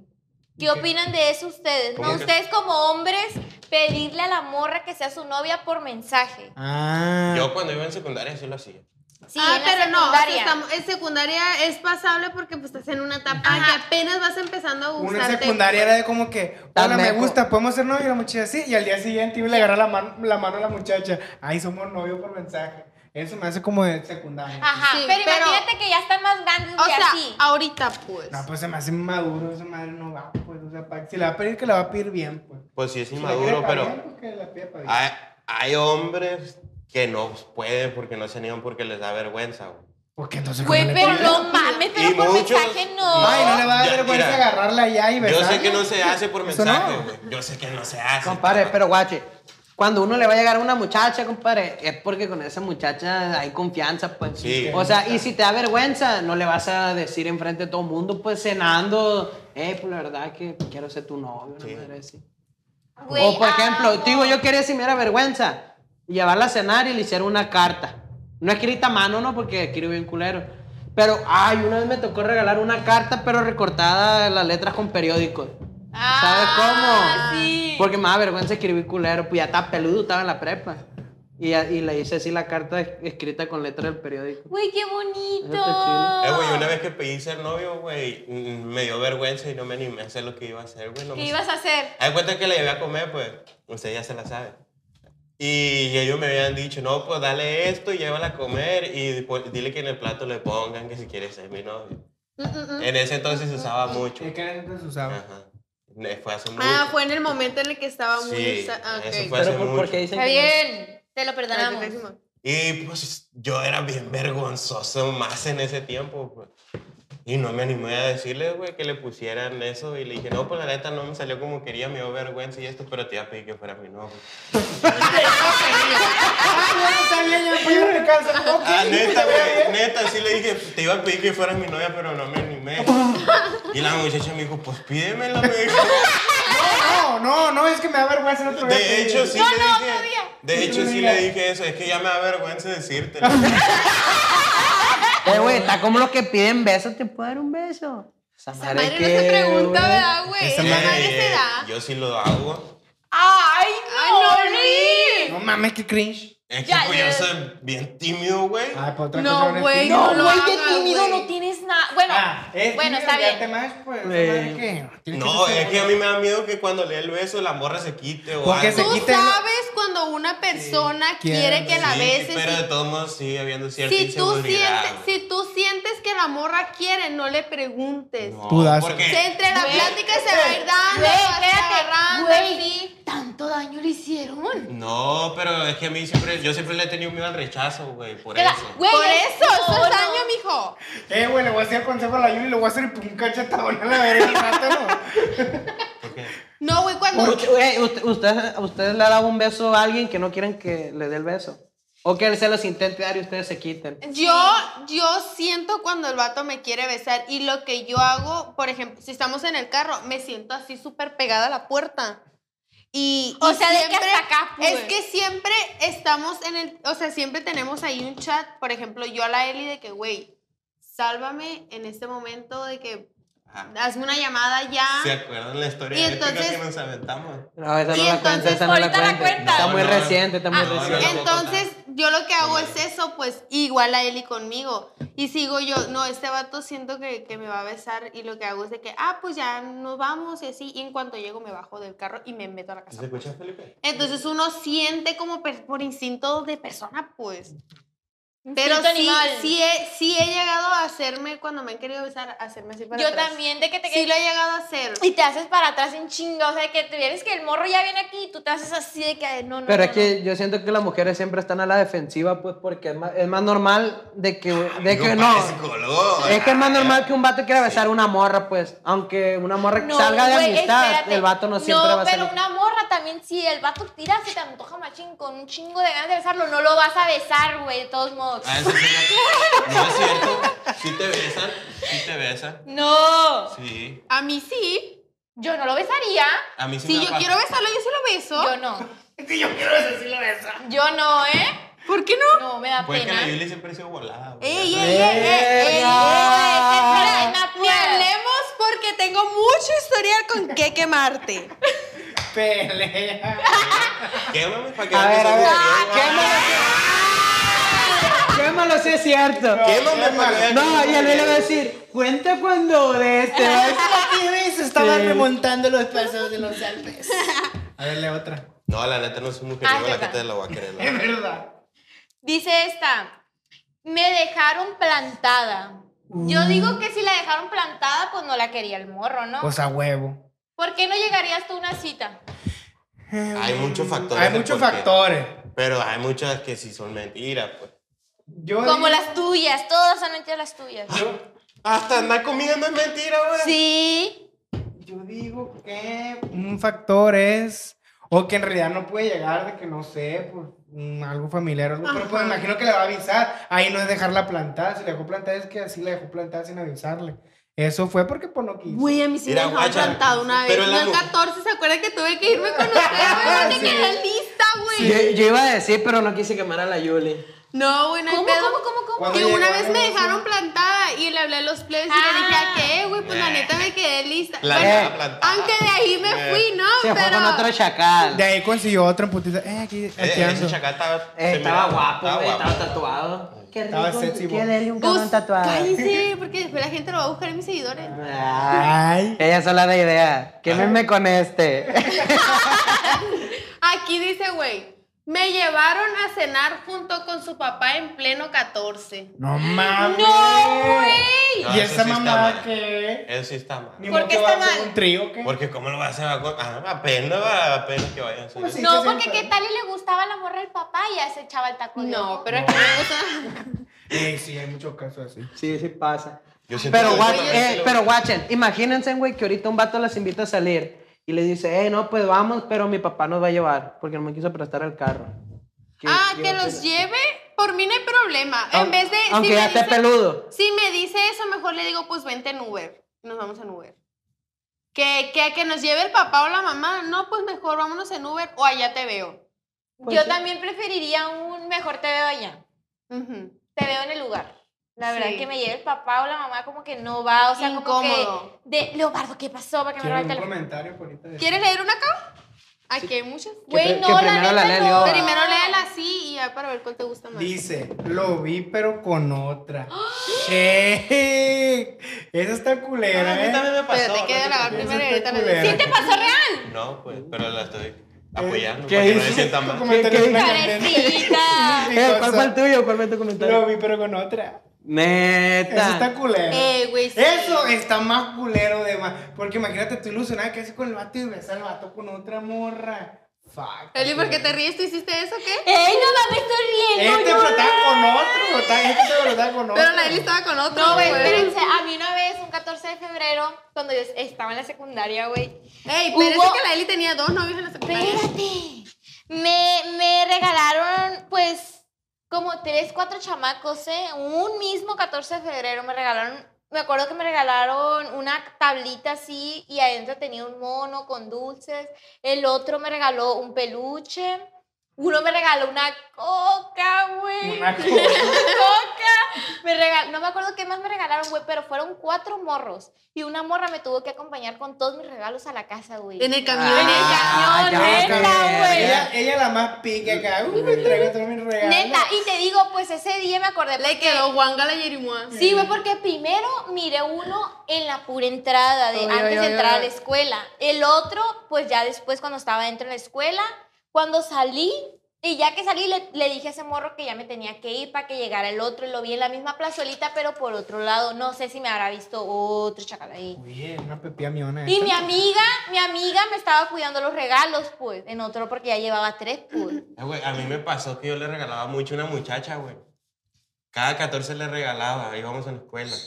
¿Qué opinan de eso ustedes? ¿Cómo No, que? ustedes como hombres, pedirle a la morra que sea su novia por mensaje. Ah. Yo cuando iba en secundaria sí lo hacía. Sí, ah, en la pero no, o sea, secundaria. estamos- en secundaria es pasable porque pues estás en una etapa que apenas vas empezando a Una gustarte. secundaria era de como que, Tan hola, me meco. gusta, podemos ser novios, la muchacha sí, y al día siguiente iba a agarrar la, man- la mano a la muchacha, ay, somos novios por mensaje. Eso me hace como de secundaria. Ah. Ajá, Sí, pero, pero- imagínate que ya están más grandes O y sea, así. ahorita pues. No, pues se me hace inmaduro, esa madre no va, pues, o sea, pa- si le va a pedir que la va a pedir bien, pues. Pues sí es Si la quiere inmaduro, pa' pero Ah. bien, pues, que la pida pa' bien. hay, hay hombres que no pueden porque no se niegan porque les da vergüenza, güey. Porque entonces... Güey, ¿cómo le pero pido? no mames, pero Y por muchos- mensaje no. Ay, no le va a dar Ya, vergüenza mira, agarrarla allá y Yo besarla. sé que no se hace por Eso mensaje, no. güey. Yo sé que no se hace. Compadre, cabrón. pero guache, cuando uno le va a llegar a una muchacha, compadre, es porque con esa muchacha hay confianza, pues. Sí. O sea, y si te da vergüenza, no le vas a decir enfrente de todo el mundo, pues cenando, eh, pues la verdad que quiero ser tu novio, una Sí. madre así. Güey, ah, o por ejemplo, amo. digo, yo quería si me era vergüenza llevarla a cenar y le hiciera una carta. No escrita a mano, no, porque escribo bien culero. Pero, ay, una vez me tocó regalar una carta, pero recortada las letras con periódicos. ¿Sabes Ah, cómo? sí. Porque me da vergüenza escribir culero, pues ya estaba peludo, estaba en la prepa. Y, ya- y le hice así la carta es- escrita con letras del periódico. Güey, qué bonito. Eso está chido. Eh, güey, una vez que pedí ser novio, güey, mm, me dio vergüenza y no me animé a hacer lo que iba a hacer, güey. No ¿Qué me- ibas a hacer? Hay cuenta que la llevé a comer, pues, usted ya se la sabe. Y ellos me habían dicho, no, pues dale esto y llévala a comer y pues, dile que en el plato le pongan que si quiere ser mi novio. Mm, En ese entonces se usaba mucho. Es que era entonces usaba. Ajá. Ne- Fue hace mucho. Ah, fue en el momento en el que estaba muy... Sí, sa- ah, eso ok. fue hace Pero por, mucho. porque dicen Está que no es- bien. Te lo perdonamos. Y pues yo era bien vergonzoso más en ese tiempo, pues. Y no me animé a decirle, güey, que le pusieran eso. Y le dije, no, pues la neta no me salió como quería, me dio vergüenza y esto, pero te iba a pedir que fuera mi novio. Ah, ya no sabía, ya me ponía en el calzo. Ok. Ah, neta, güey, neta, sí le dije, te iba a pedir que fueras mi novia, pero no me animé. Y la muchacha me dijo, pues pídemela, me dijo. No, no, no, es que me da vergüenza el otro día. De hecho, sí le dije. De hecho, sí le dije eso, es que ya me da vergüenza decírtelo. Eh, güey, está como los que piden besos, ¿te puedo dar un beso? Esa Esa madre no qué, se pregunta, güey. ¿verdad, güey? Esa Eh, madre se eh, da. Yo sí lo hago. ¡Ay, no, Ay, no, Luis! No mames, qué cringe. Es que Ya, pues, ya. yo soy bien tímido, güey. Ah, pues otra cosa No, ahora güey, sí. no, lo güey, hagas, qué tímido, güey. no tienes nada. Bueno, Ah, es bueno, que está ya te bien. más, pues, Güey. madre, ¿qué? Tienes No, ser es que a seguro. mí me da miedo que cuando le dé el beso la morra se quite o Porque se algo. Tú quita el- sabes cuando una persona quiere quiere, que la Sí, beses Pero de y- todos modos sigue habiendo cierta si tú, inseguridad. sientes, si tú sientes que la morra quiere, no le preguntes. No, Tú das. porque- Se- entre la Güey. plática se va a ir dando, Güey, se va a ir espérate, agarrando, güey. así. ¿Tanto daño le hicieron? No, pero es que a mí siempre, yo siempre le he tenido miedo al rechazo, güey, por Que la- eso. güey, Por es- eso, eso no, es no. daño, mijo. Eh, güey, le voy a hacer consejo a la Yuli y le voy a hacer un cachetadón a la verga al rato, ¿no? Porque No, güey, cuando... Porque, güey, usted, usted, usted le ha dado un beso a alguien que no quieren que le dé el beso. O que él se los intente dar y ustedes se quiten. Yo, yo siento cuando el vato me quiere besar y lo que yo hago, por ejemplo, si estamos en el carro, me siento así súper pegada a la puerta. Y, O y sea, de que hasta acá, pues. Es que siempre estamos en el, o sea, siempre tenemos ahí un chat, por ejemplo, yo a la Eli de que, güey, sálvame en este momento de que Ajá. hazme una llamada ya. se acuerdan la historia Ah. Y épica entonces- que nos aventamos. No, esa Y no la cuenta, entonces, esa no la ahorita la cuenta. cuenta. Ah, Está No, muy no, reciente, está muy no, no, no. reciente. puedo contar. Entonces, yo lo que hago Sí. es eso, pues igual a Eli conmigo. Y sigo yo, no, este vato siento que, que me va a besar. Y lo que hago es de que, ah, pues ya nos vamos y así. Y en cuanto llego, me bajo del carro y me meto a la ¿Se casa. escucha, Felipe? Entonces, uno siente como per- por instinto de persona, pues. Pero Instinto sí, animal. sí he, sí he llegado a hacerme, cuando me han querido besar, a hacerme así para Yo atrás. también, de que te Sí lo he llegado a hacer. Y te haces para atrás en chinga, o sea, que te vienes que el morro ya viene aquí y tú te haces así de que ay, no, no. Pero es no, que yo siento que las mujeres siempre están a la defensiva, pues, porque es más, es más normal de que, de Digo, que para no. el psicólogo, Es que es más ah, normal que un vato quiera besar a una morra, pues. Aunque una morra no. No, salga de güey, amistad, espérate. el vato no siempre va a pero salir. una morra también, si el vato tira, se te antoja machín con un chingo de ganas de besarlo, no lo vas a besar, güey, de todos modos. Ah, eso sí, no, no es cierto. Sí te besan, sí te besan. No, Sí. A mí sí. yo no lo besaría. A mí sí Si me ha yo pas- quiero besarlo, yo sí lo beso. Yo no. Si yo quiero eso, sí lo beso. Yo no, ¿eh? ¿Por qué no? No, me da Pues que pena. la Yuli siempre ha sido volada. güey. ¡Ey, ey, Ya ey, ey, ey, ey! Verga. ey, ey, ey. Hablemos porque tengo mucho historial con qué quemarte. Pelea. sabes. Quémame para que A ver, a ver. Ah, Quémame. Quémalo si es cierto. Quémame para que veas No, que- y al le va a decir, cuenta cuando de este. Se estaban Sí. remontando los pasos de los Alpes. A verle otra. No, la neta no soy Ah, mujeriego, la verdad. neta la voy a querer. la Es verdad. verdad. Dice esta, me dejaron plantada. Yo Mm. digo que si la dejaron plantada, pues no la quería el morro, ¿no? Pues a huevo. ¿Por qué no llegarías tú a una cita? Hay muchos factores. Hay de muchos por qué, factores. Pero hay muchas que sí son mentiras, pues. Yo Como digo- las tuyas, todas son mentiras las tuyas. Hasta andar comiendo es mentira, güey. Sí. Yo digo que un factor es. O que en realidad no puede llegar, de que no sé, por mm, algo familiar o algo. Pero pues me imagino que le va a avisar. Ahí no es dejarla plantada. Si la dejó plantada es que así la dejó plantada sin avisarle. Eso fue porque por no quiso. Güey, a mí sí Mira, me dejaron guacha, plantado una vez. pero No, la el mu- 14, ¿se acuerdan que tuve que irme con ustedes? güey? No te Sí. quedé lista, güey. Yo, yo iba a decir, pero no quise quemar a la Yuli. No, güey, no hay ¿Cómo, pedo. cómo, cómo, cómo? Cuando Que una llegó, vez no me sé. dejaron plantada y le hablé a los plebes y le dije, Ah. ¿a qué, güey? Pues la neta me quedé lista. Plantada, Bueno, plantada. aunque de ahí me Eh. fui, ¿no, Se fue con otro pero... chacal. De ahí consiguió otra putita. Eh, aquí, Eh, aquí ando. ese chacal estaba. Eh, se estaba miraba, guapo, estaba güey, guapo. estaba tatuado. Qué Estaba sexy, qué güey. deli un Pues, cabrón tatuado. Cállese, porque después la gente lo va a buscar en mis seguidores. Ay. Ella sola la idea. Quémenme con este. Aquí dice, güey, me llevaron a cenar junto con su papá en pleno 14. No mames. No, güey. No, ¿Y esa eso sí está mamá mal. que Eso sí está mal. Ni ¿Por modo qué que va está a hacer mal? un trío que. Porque cómo lo vas a hacer ah, apenas va, apenas que vayan a hacer Pues eso. sí. No, que porque se- qué tal y le gustaba la morra al papá y ya se echaba el taco. de No, ojo. pero aquí me gusta... Eh, sí, hay muchos casos así. Sí, sí pasa. Yo siento Pero, que guach- eso eh, es lo- pero guachen, imagínense, güey, que ahorita un vato las invita a salir y les dice, eh, no, pues vamos, pero mi papá nos va a llevar porque no me quiso prestar el carro. ¿Qué- Ah, qué que opinas? los lleve, por mí no hay problema. Aun- en vez de... si Aunque me ya esté dice- peludo. Si me dice eso, mejor le digo, pues vente en Uber. Y Nos vamos en Uber. Que, que, que nos lleve el papá o la mamá. No, pues mejor vámonos en Uber o allá te veo. Yo también preferiría un mejor te veo allá. Ujú. Te veo en el lugar. La verdad Sí. que me lleve el papá o la mamá como que no va, o sea, como Incómodo. que de Leopardo, ¿qué pasó? ¿Para que me Quiero robe el un teléfono? comentario por ahorita. de- ¿Quieres leer una acá? Aquí hay muchas. Que Güey, pr- no, que la primero la neta lea no. Leo. Primero léela así y ya para ver cuál te gusta más. Dice, lo vi pero con otra. ¡Eh! Esa está Ah, a culera, mí también ¿eh? me pasó. Pero te no queda te la preocupes. primero y ahorita la culera. leo. ¿Sí te pasó real? No, pues, pero la Eh, estoy apoyando. ¿Qué para que no hizo? se sienta mal. Comentario ¿Qué- qué- independiente. Pobrecita. Eh, ¿Cuál fue el Cosa. tuyo? ¿Cuál fue tu comentario? Lo vi pero con otra. Esa está Neta. culera. Eh, güey, sí. Eso está más culero de más. Porque imagínate tú ilusionada que haces con el vato y besas al vato con otra morra. Fuck. Eli, ¿por qué te ríes? ¿Tú hiciste eso o qué? ¡Ey, no mames, estoy riendo! Este no flotaba mames. con otro, flotaba- este se flotaba con otro. Pero la Eli estaba con otro. No, güey, güey. espérense. A mí una vez, un 14 de febrero, cuando yo estaba en la secundaria, güey. Ey, Hubo- pero que la Eli tenía dos novios en la secundaria. Espérate. Me, me regalaron, pues, como tres, cuatro chamacos, ¿eh? Un mismo 14 de febrero me regalaron. Me acuerdo que me regalaron una tablita así y adentro tenía un mono con dulces. El otro me regaló un peluche. Uno me regaló una coca, güey. Una coca. coca. Me regal- No me acuerdo qué más me regalaron, güey, pero fueron cuatro morros. Y una morra me tuvo que acompañar con todos mis regalos a la casa, güey. En el camión. En el Ah, camión, ya, neta, ya, güey. Ella, ella la más pica acá. Uy, me traigo todo mi regalo. Neta, y te digo, pues ese día me acordé. Le porque- quedó guanga la Yerimua. Sí, güey, porque primero miré uno en la pura entrada, de, Oy, antes oy, de oy, entrar a la oy. escuela. El otro, pues ya después cuando estaba dentro de la escuela. Cuando salí, Y ya que salí, le, le dije a ese morro que ya me tenía que ir para que llegara el otro. Y lo vi en la misma plazuelita, pero por otro lado. No sé si me habrá visto otro chacal ahí. Oye, una pepía miona. Y esta. mi amiga, mi amiga me estaba cuidando los regalos, pues, en otro porque ya llevaba tres, pues. Eh, güey, a mí me pasó que yo le regalaba mucho a una muchacha, güey. Cada 14 le regalaba, íbamos a la escuela.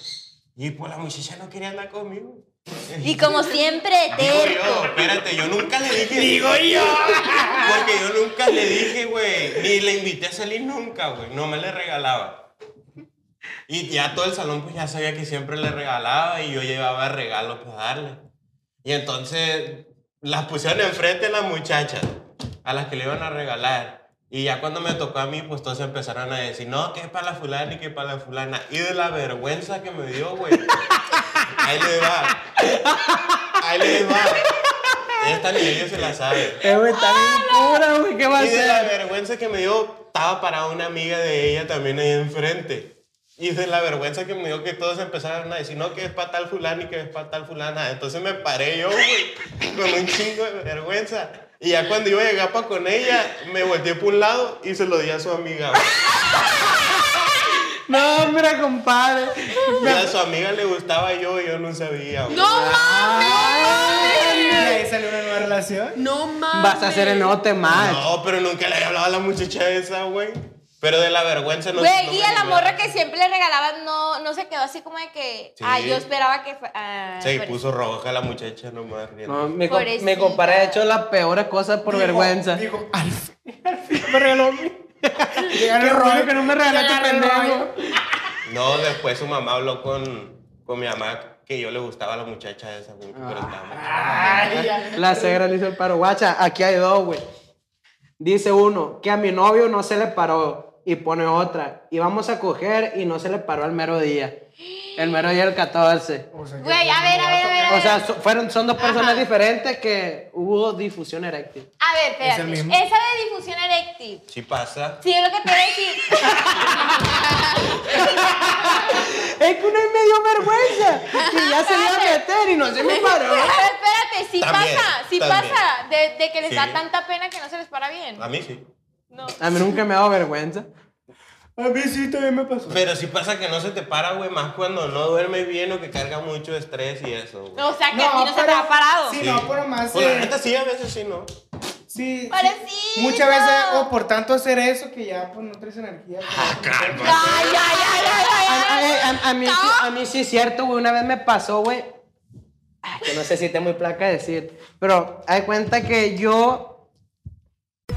Y pues la muchacha no quería andar conmigo. Y como siempre, Digo yo, terco. espérate, yo nunca le dije. Digo yo. Porque yo nunca le dije, güey. Ni le invité a salir nunca, güey. No me le regalaba. Y ya todo el salón, pues ya sabía que siempre le regalaba y yo llevaba regalos para darle. Y entonces las pusieron enfrente las muchachas a las que le iban a regalar. Y ya cuando me tocó a mí, pues todos empezaron a decir, no, que es para la fulana y que es para la fulana. Y de la vergüenza que me dio, güey. Ahí le va. Ahí les va. Esta ni ella se la sabe. Eh, güey, está Ah, bien pura, güey, ¿qué va a Y de la hacer? vergüenza que me dio, estaba parada una amiga de ella también ahí enfrente. Y de la vergüenza que me dio que todos empezaron a decir, no, que es para tal fulano y que es para tal fulana. Entonces me paré yo, güey, con un chingo de vergüenza. Y ya cuando iba a llegar para con ella, me volteé por un lado y se lo di a su amiga. güey. No, mira, compadre. Y a su amiga le gustaba yo y yo no sabía. güey. ¡No mames! Y ahí salió una nueva relación. ¡No mames! Vas a hacer enote más. No, pero nunca le había hablado a la muchacha esa, güey. Pero de la vergüenza no Güey, no y me a la animé. morra que siempre le regalaban no, no se quedó así como de que. Sí. pues. Ah, yo esperaba que. fue- ah, Se pero- puso roja la muchacha nomás. riendo. No, mi, co- mi Pobrecita. compadre ha hecho las peores cosas por Dijo- vergüenza. Dijo, al fin, al fin me regaló. Llegaron Qué el rollo que no me regalaste, llegaron el pendejo. rollo. No, después su mamá habló con, con mi mamá que yo le gustaba a la muchacha esa, güey, Ah. pero estaba muy chava. Ay, ya. La cegra le hizo el paro. Guacha, aquí hay dos, güey. Dice uno, que a mi novio no se le paró. Y pone otra, y vamos a coger y no se le paró el mero día. El mero día del 14. O sea, que- Güey, a ver, a ver, a ver. a O sea, ver. so- fueron, son dos personas diferentes que hubo difusión eréctil. A ver, ¿Es el espérate. mismo? Esa de difusión eréctil. Sí pasa. Sí, es lo que te voy a decir. Es que una vez me dio vergüenza. Y ya se iba a meter y no se me paró. Pero espérate, sí También, pasa, sí también. pasa. De, de que les Sí. Ah. da tanta pena que no se les para bien. A mí sí. A mí nunca me ha dado vergüenza. A mí sí también me pasó. Pero sí pasa que no se te para, güey, más cuando no duermes bien o que carga mucho estrés y eso, güey. O sea, que a ti no se te pero- ha parado. Sí, no, pero más. Pues la eh, neta sí, a veces sí, ¿no? Sí. Parecito. Muchas veces, o por tanto hacer eso, que ya pues no traes energía. Ay, ay, ay, ay, ay, A, ay. a- a- a mí, sí- a mí sí es cierto, güey. Una vez me pasó, güey. Ay, Que no sé si te muy placa decir. Pero hay cuenta que yo.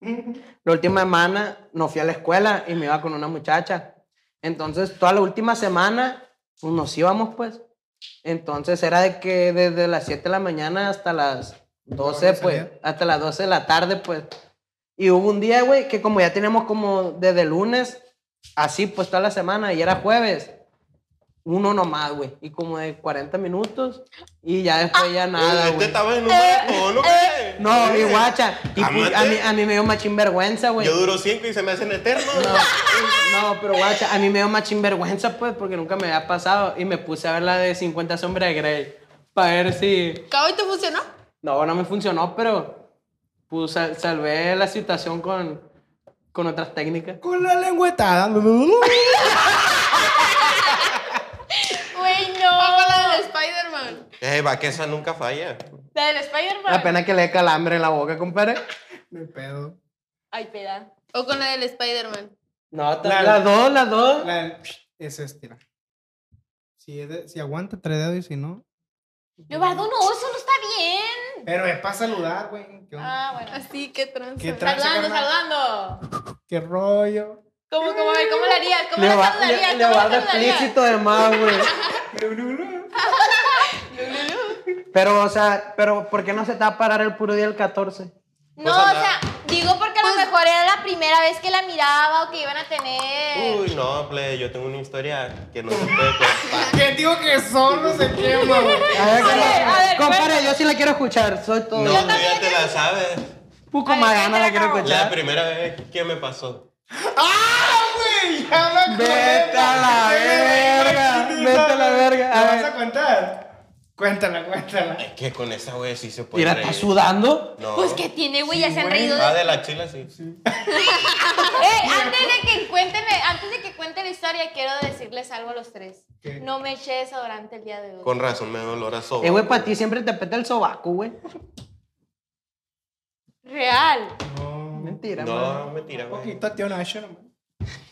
la última semana no fui a la escuela y me iba con una muchacha. Entonces, toda la última semana, pues nos íbamos, pues. Entonces, era de que desde las 7 de la mañana hasta las 12, de pues. salir. Hasta las 12 de la tarde, pues. Y hubo un día, güey, que como ya tenemos como desde lunes, así, pues toda la semana, y era jueves. Uno nomás, güey. Y como de 40 minutos. Y ya después ya nada, Este güey. Eh, estaba en un maratón, ¿no? güey? No, Eh, y guacha. y cu- Amante. a, mí, a mí me dio machín vergüenza, güey. Yo duro cinco y se me hacen eternos. No, pero guacha, a mí me dio más vergüenza, pues, porque nunca me había pasado. Y me puse a ver la de 50 sombras de Grey. Para ver si. ¿Cómo y te funcionó? No, no me funcionó, pero. Pues sal- salvé la situación con. Con otras técnicas. Con la lengüetada. Güey, no. Como Ah, la del Spider-Man. Eh, va que esa nunca falla. La del Ah, Spider-Man. La pena que le dé calambre en la boca, compadre. Me pedo. Ay, peda. O con la del Spider-Man. No, La- la, las dos, las dos. La del- Eso es, tira. Si, es de- si aguanta tres dedos y si no. Leobardo, no, eso no está bien. Pero es para saludar, güey. ¿Qué, onda? Ah, bueno. Así que trans. ¿Qué tra- Tranza, Saludando, carnal. saludando. ¿Qué rollo? ¿Cómo, cómo, a ver, cómo la harías? ¿Cómo Le la va, le, saludarías? le ¿Cómo va a la dar saludarías? explícito de más, güey. Pero, o sea, pero ¿por qué no se te va a parar el puro día el 14? No, o sea, digo porque a lo mejor era la primera vez que la miraba o que iban a tener. Uy, no, plebe, yo tengo una historia que no se puede contar. Que digo que solo se quema, güey. A ver, A ver, a ver, compadre, cuenta. yo sí la quiero escuchar. Soy todo. No, tú ya te la sabes. Puco Magana la quiero La escuchar. primera vez que me pasó. ¡Ah, güey! Ya me acordé. Vete a la verga, vete a la verga. A ¿La vas ver. a contar? Cuéntala, cuéntala. Es que con esa wea sí se puede Mira, reír. está sudando. No. Pues que tiene, güey, ya se han reído. de- Ah, de la chila, sí. Eh, antes de que cuénteme, antes de que cuente la historia, quiero decirles algo a los tres. ¿Qué? No me eché desodorante el día de hoy. Con razón me da dolor a sobo. Eh, güey, para ti siempre te peta el sobaco, güey. Real. Mentira, No, no. mentira, güey. Poquito, tío Nacho, nomás.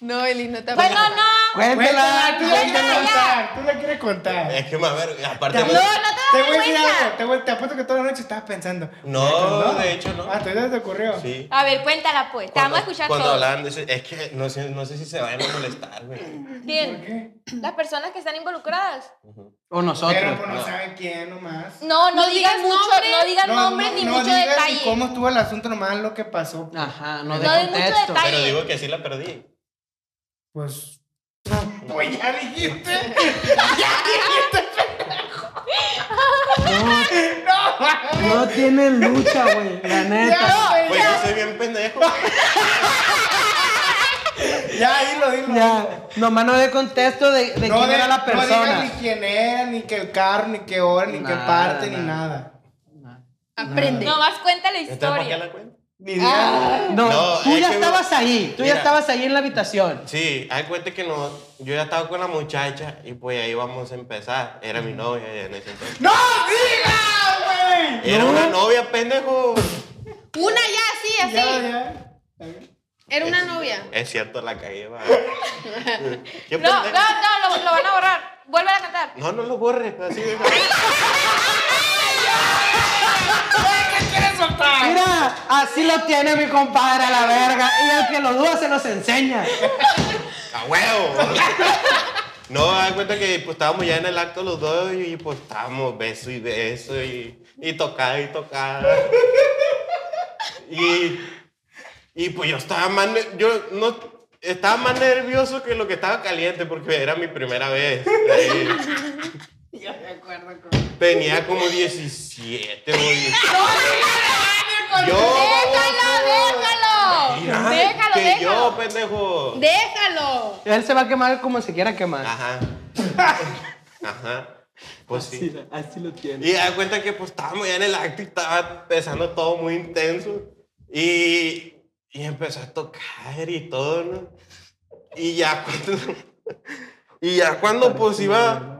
No, Eli, no te Bueno, no. Cuéntela. Cuéntala, Eh, tú la quieres cuéntala ya. contar. Tú la quieres contar. Es que, más ver, aparte. Ya. No, no me- te Te da voy a decir vergüenza. algo. Te, voy- te apuesto que toda la noche estabas pensando. No, de hecho, no. Ah, ¿todavía se te ocurrió? Sí. A ver, cuéntala pues. Ah, Te vamos a escuchar Cuando todos. hablaban de ese- es que no sé, no sé si se vayan a molestar, güey. ¿Por Bien. qué? Las personas que están involucradas. O Pero nosotros. pues, no no. saben quién nomás. No, no, No digas digas mucho, nombres. no digas No, nombres no- ni no mucho digas detalle. ni cómo estuvo el asunto, nomás lo que pasó. Ajá, no de No de mucho contexto. detalle. Pero digo que sí la perdí. Pues. Pues ya dijiste. No tiene lucha, güey. La neta. Pues yo soy bien pendejo. Ya, dilo, dilo. Ya. Nomás no de contexto de, de quién de- era la No persona. digas ni quién era, ni que el carro, ni qué hora, ni qué Nada, parte, ni nada. nada. Aprende. Nomás cuenta la Entonces, ¿para qué historia. la cuento? Ni digas. No, No, tú es ya que- estabas ahí. Tú ya Mira. estabas ahí en la habitación. Sí, hay cuenta que no, yo ya estaba con la muchacha y pues ahí vamos a empezar. Era mi novia ya en ese entonces. ¡No digas, güey! Era una novia, pendejo. Una ya, sí, así. Ya, ya. Era una novia. Es cierto, la cagué, va. ¿Qué No, no, pendejo? no, lo, lo van a borrar. Vuelve a cantar. No, no lo borres, así de Mira, así lo tiene mi compadre a la verga. Y el que lo duda se los enseña. ¡A huevo! No, da cuenta que pues, estábamos ya en el acto los dos y pues estábamos beso y beso y, y tocada y tocada. Y, y pues yo estaba más, ne- yo no, estaba más nervioso que lo que estaba caliente porque era mi primera vez. ahí. Tenía como 17 o 18. Yo, ¡Déjalo, déjalo! Ay, Déjalo, que déjalo. yo, pendejo. ¡Déjalo! Él se va a quemar como se quiera quemar. Ajá. Ajá. Pues sí. Sí, así lo tiene. Y da cuenta que pues estábamos ya en el acto y estaba empezando todo muy intenso. Y, y empezó a tocar y todo, ¿no? Y ya cuando, y ya cuando pues iba...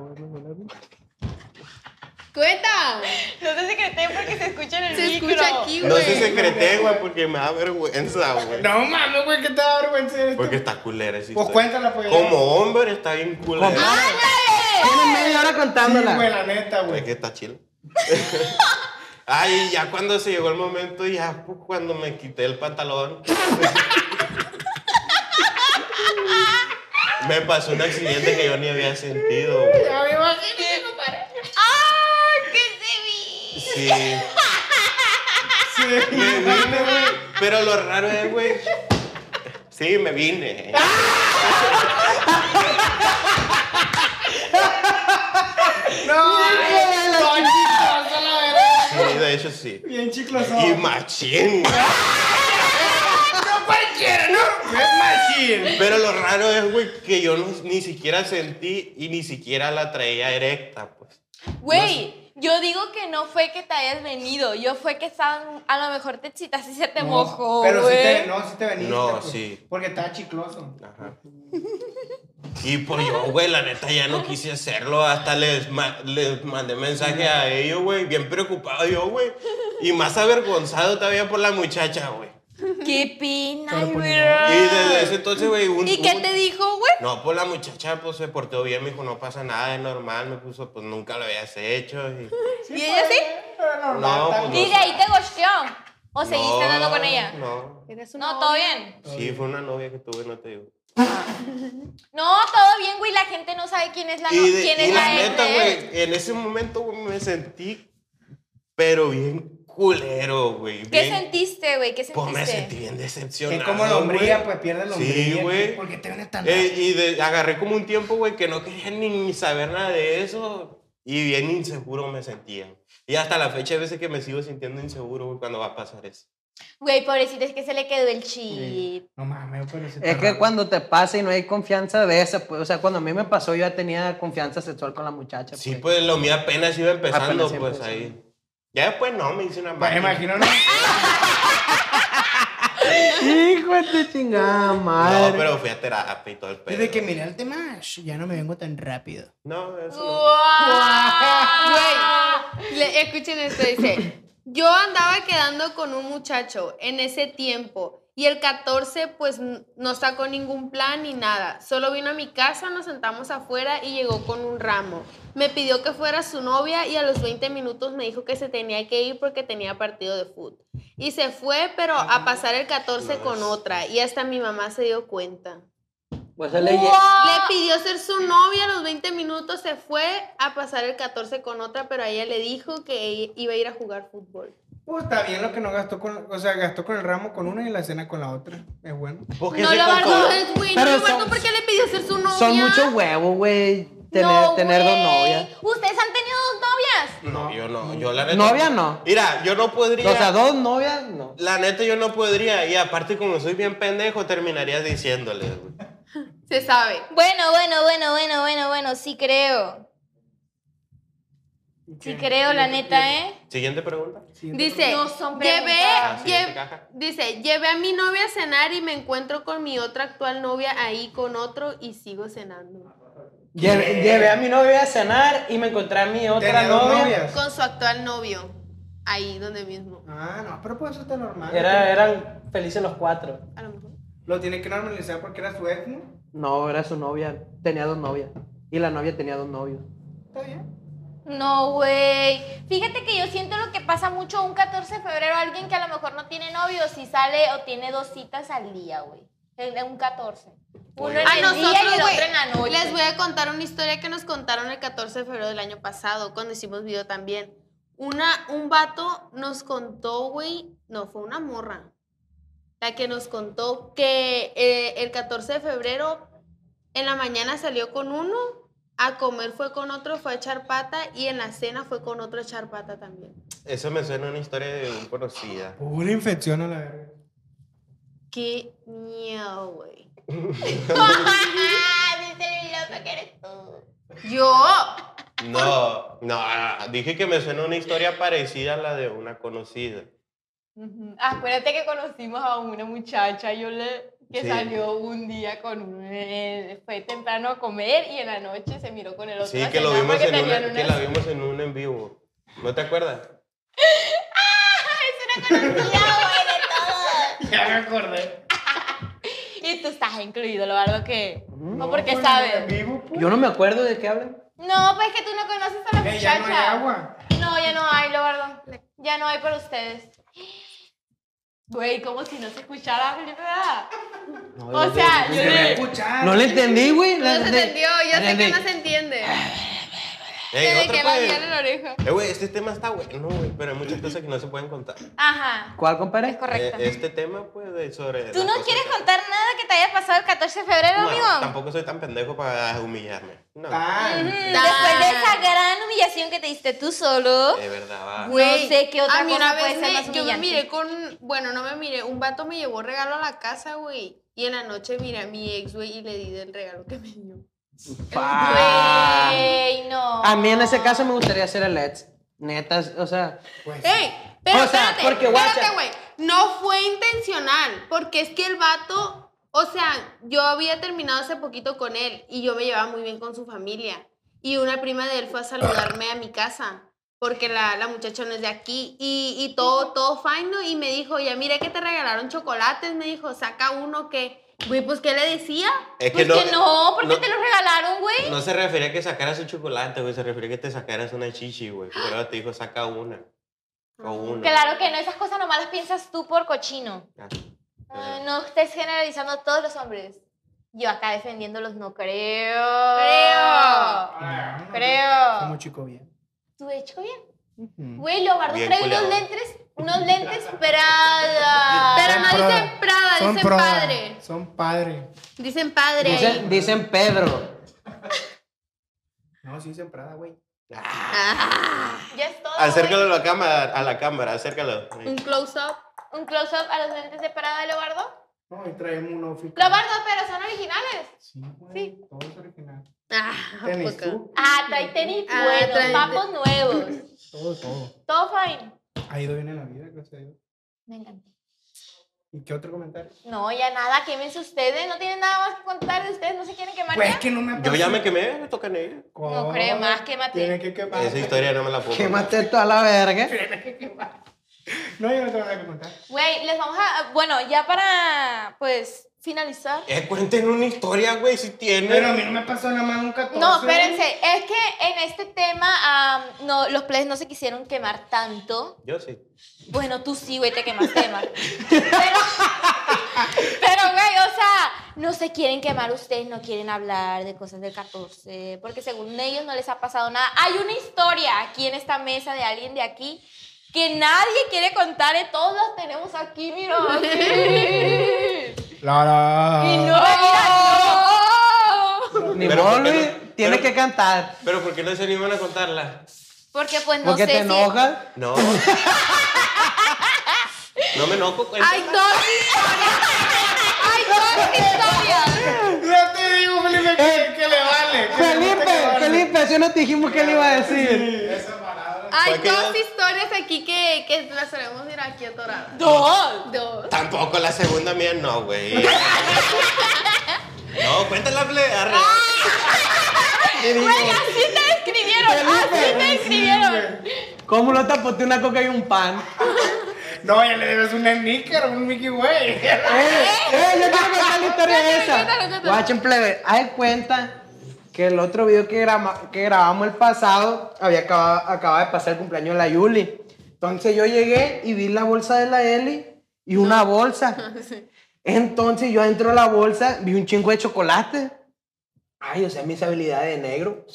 ¡Cuenta! No te secreten porque se escucha en el Se micro. escucha aquí, güey. No se secreté, güey, porque me da vergüenza, güey. No mames, güey, que te da vergüenza esto. Porque está culera esa Pues historia. cuéntala, pues. Como hombre está bien culera. Tiene media hora Sí, güey, contándola. este la neta, Es güey. que está chido. Ay, ya cuando se llegó el momento, ya pues, cuando me quité el pantalón. me pasó un accidente que yo ni había sentido. güey. Ya me imaginé, compadre. ¡Ah! ¡Que se vi! Sí. Sí, me vine, güey. Pero lo raro es, güey. Sí, me vine. No, güey, son chiclos, a la verga. Sí, de hecho sí. Bien chiclos son. Y machín. güey. No cualquiera, ¿no? Es machín. Pero lo raro es, güey, que yo no- ni siquiera sentí y ni siquiera la traía erecta, pues. Güey, yo digo que no fue que te hayas venido. Yo fue que estaban. A lo mejor te excitaste y se te mojó. Pero si güey. te, no, si te veniste. No, pues, sí. Porque estaba chicloso. Ajá. Y pues yo, güey, la neta ya no quise hacerlo. Hasta les, ma- les mandé mensaje a ellos, güey. Bien preocupado yo, güey. Y más avergonzado todavía por la muchacha, güey. ¡Qué pena, Pero, pues, güey! Y desde ese entonces, güey, un. ¿Y qué un- te dijo, güey? No, pues la muchacha pues, se portó bien, me dijo, no pasa nada, es normal. Me puso, pues nunca lo habías hecho. Y... ¿Y ella sí? Pero normal, No, está pues, ¿Y bien. de ahí te gosteó? ¿O seguiste No, andando con ella? No. Eres una No, todo bien. Sí, fue una novia que tuve, no te digo. No, todo bien, güey. La gente no sabe quién es la, no- Y, de- quién y es la la ex neta, de él. güey, en ese momento güey, me sentí pero bien culero, ¿Qué güey. Este, bien- sentiste, güey? ¿Qué sentiste? Pues me sentí bien decepcionado. Que como lombría, güey. pues, pierde Sí, lombría, güey. ¿por qué te viene tan Eh, Y de- agarré como un tiempo, güey, que no quería ni, ni saber nada de eso. Y bien inseguro me sentía. Y hasta la fecha hay veces que me sigo sintiendo inseguro, güey, cuando va a pasar eso. Güey, pobrecito, es que se le quedó el chip. No mames, pero se te Es que raro. cuando te pasa y no hay confianza de esa, pues, o sea, cuando a mí me pasó, yo ya tenía confianza sexual con la muchacha. Sí, pues lo mío apenas iba empezando, Apenas iba pues empezando. ahí. Ya después no, me hice una Me máquina. imagino, ¿no? Hijo de tu chingada madre. No, pero fui a terapia y todo el pedo. Desde que miré el tema, sh, ya no me vengo tan rápido. No, eso no. Güey, le- escuchen esto, dice, yo andaba quedando con un muchacho en ese tiempo y el 14 pues n- no sacó ningún plan ni nada, solo vino a mi casa, nos sentamos afuera y llegó con un ramo. Me pidió que fuera su novia y a los 20 minutos me dijo que se tenía que ir porque tenía partido de fútbol. Y se fue, pero a pasar el 14 con otra y hasta mi mamá se dio cuenta. Pues él le lle- ¡Ah! Le pidió ser su novia a los 20 minutos, se fue a pasar el 14 con otra, pero a ella le dijo que ella iba a ir a jugar fútbol. Pues está bien lo que no gastó con, o sea, gastó con el ramo con una y la cena con la otra. Es bueno. ¿Por qué No se lo guardó, comparó? güey, no Pero lo son- guardó porque le pidió ser su novia. son muchos huevos, güey, tener, No, tener dos güey. novias. Eh, ¿Ustedes han tenido dos novias? No, yo no. Yo la neta. Novia no. Mira, yo no podría. O sea, dos novias, no. La neta, yo no podría. Y aparte, como soy bien pendejo, terminaría diciéndole, güey. Se sabe. Bueno, bueno, bueno, bueno, bueno, bueno, sí creo. Sí creo, la neta, ¿eh? Siguiente pregunta. Dice, No son llevé, preguntas. Ah, siguiente caja. lle- dice, llevé a mi novia a cenar y me encuentro con mi otra actual novia ahí con otro y sigo cenando. Llevé, llevé a mi novia a cenar y me encontré a mi otra Tenía dos novia. novias. Con su actual novio, ahí donde mismo. Ah, no, pero pues eso está normal. Era, eran felices los cuatro. A lo mejor. Lo tiene que normalizar porque era su ex, ¿no? No, era su novia. Tenía dos novias. Y la novia tenía dos novios. Está bien. No, güey. Fíjate que yo siento lo que pasa mucho un 14 de febrero. Alguien que a lo mejor no tiene novio, si sale o tiene dos citas al día, güey. El de un 14. Uno en A el Ah, nosotros, día y el güey, otro en la noche. Les voy a contar una historia que nos contaron el 14 de febrero del año pasado, cuando hicimos video también. Una, un vato nos contó, güey, no, fue una morra, la que nos contó que eh, el 14 de febrero en la mañana salió con uno, a comer fue con otro, fue a echar pata y en la cena fue con otro a echar pata también. Eso me suena a una historia de un conocida. Una infección a la verga. Qué miedo, güey. Ah, dice el loco que eres tú. Yo, No, no, dije que me suena a una historia parecida a la de una conocida. Ujú. Acuérdate que conocimos a una muchacha, yo le que Sí. salió un día con un- él, fue temprano a comer y en la noche se miró con el otro. Sí, a que, lo cenar vimos porque en una- tenían que una- la vimos en un en vivo. ¿No te acuerdas? Ya me acordé. Y tú estás incluido, lo algo que. No, porque sabes. Vivo, pues. Yo no me acuerdo de qué hablan. No, pues es que tú no conoces a la Eh, ya muchacha. no hay agua. No, ya no hay, Lobardo. Ya no hay para ustedes. Güey, como si no se escuchara, ¿verdad? No, O yo- sea, yo- yo Se va a le. escuchar. No le entendí, güey. no se entendió, yo sé que no se entiende. Ey, Desde otra, que la pues. vi en la oreja. Eh, güey, este tema está bueno, güey, pero hay muchas cosas que no se pueden contar. Ajá, ¿Cuál, compadre? es correcto. Eh, este tema, pues, de- sobre... ¿Tú las no cosas quieres que- contar nada que te haya pasado el 14 de febrero, amigo? No, tampoco soy tan pendejo para humillarme. No, Ah, Mm, Después de esa gran humillación que te diste tú solo. de verdad, va. No sé qué otra a mí cosa una puede vez ser me- más yo me humillante. miré con, bueno, no me miré, un vato me llevó regalo a la casa, güey, y en la noche miré a mi ex, güey, y le di del regalo que me dio. Ah. Pa. Güey, no. A mí en ese caso me gustaría hacer el Let's. Netas, o sea. pues. ¡Ey! Pero O sea, espérate, porque, guacha. espérate, güey, no fue intencional, porque es que el vato, o sea, yo había terminado hace poquito con él, y yo me llevaba muy bien con su familia, y una prima de él fue a saludarme a mi casa. Porque la, la muchacha no es de aquí. Y, y todo, todo fine, ¿no? Y me dijo, ya mire que te regalaron chocolates. Me dijo, saca uno que. Güey, pues, ¿qué le decía? Es Pues que no, porque no- te lo regalaron, güey. No se refería a que sacaras un chocolate, güey. Se refería a que te sacaras una chichi, güey. Pero te dijo, saca una. Ah. O una. Claro que no, esas cosas nomás las piensas tú por cochino. Ah, Ay, eh, no estés generalizando a todos los hombres. Yo acá defendiéndolos, no creo. Ah, Creo. Como chico bien. ¿Tú hecho bien? Güey, Leobardo Bien trae unos culeado. lentes, unos lentes Prada. Pero no Prada. dicen Prada, Son dicen Prada, padre. Son padre. Dicen padre. Dicen, dicen Pedro. No, sí dicen Prada, güey. Ya es todo. Acércalo a la cámara, a la cámara, acércalo. Un close-up. güey. Un close-up a los lentes de Prada de Leobardo. No, y traemos un outfit. Leobardo, pero son originales. Sí, güey. Todo es original. Ah, Tenis, poca. tú. Ah, trae tenis Ah, buenos, trae- papos nuevos. Todo, todo. Todo fine. Ha ido bien en la vida, gracias a Dios. Me encantó. ¿Y qué otro comentario? No, ya nada, quémense ustedes. No tienen nada más que contar de ustedes. No se quieren quemar. Pues ya? que no me Yo ya me quemé, me tocan ellos. No creo más, quémate. Tiene que quemar. Esa historia no me la puedo. contar. Quémate toda la verga. No, yo no tengo nada que contar. Güey, les vamos a. Bueno, ya para, pues, finalizar. Eh, cuenten una historia, güey, si tienen. Pero a mí no me pasó nada más nunca. No, espérense. Es que en este tema am, no, los players no se quisieron quemar tanto. Yo sí. Bueno, tú sí, güey, te quemaste más. Pero, pero, güey, o sea, no se quieren quemar ustedes, no quieren hablar de cosas del 14, porque según ellos no les ha pasado nada. Hay una historia aquí en esta mesa de alguien de aquí que nadie quiere contar, y todos las tenemos aquí, mira. aquí. Lara. Y no, Ah. mira, no. Ni Pero, modo, ¿por qué no? Luis, Tienes Pero- que cantar. Pero ¿por qué no se animan a contarla? Porque pues no Porque sé te si- enojas. No. no me enojo, cuéntala. Hay dos historias. Hay dos historias. Ya te digo, Felipe, que, que le vale. que le Felipe, vale. Felipe, si no te dijimos que le iba a decir. Hay ¿Para qué dos das? historias aquí que, que las tenemos mira, aquí atoradas. Dos. Dos. Tampoco la segunda mía, no, güey. no, cuéntala, ple. arre. Ah. Güey, así te escribieron, así te escribieron. ¿Cómo no te aposté una coca y un pan? No, ya le debes un sneaker, un Mickey Way. ¡Eh! ¡Eh! Yo quiero contar la historia de esa. cuéntalo, cuéntalo. Guachen plebe, haz cuenta que el otro video que, grama- que grabamos el pasado había acabado, acababa de pasar el cumpleaños de la Yuli. Entonces yo llegué y vi la bolsa de la Eli y una bolsa. Entonces yo adentro de la bolsa vi un chingo de chocolate. Ay, o sea, mis habilidades de negro.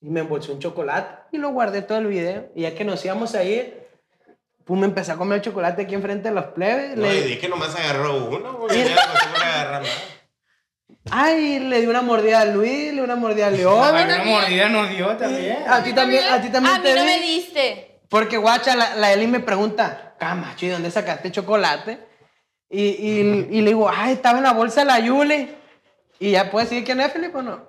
Y me embolsé un chocolate y lo guardé todo el video. Y ya que nos íbamos a ir, pum, me empecé a comer el chocolate aquí enfrente de los plebes. No, Le- le dije que nomás agarró uno, güey. Ya, pues, ¿cómo que agarra más? Ay, le di una mordida a Luis, le di una mordida a León. una mordida nos dio también. A ti también, a ti también Ah, A mí te no di. me diste. Porque guacha, la, la Eli me pregunta, Camacho, ¿y dónde sacaste chocolate? Y, y- y le digo, ay, estaba en la bolsa de la Yule. Y ya puedes decir quién es Felipe o no.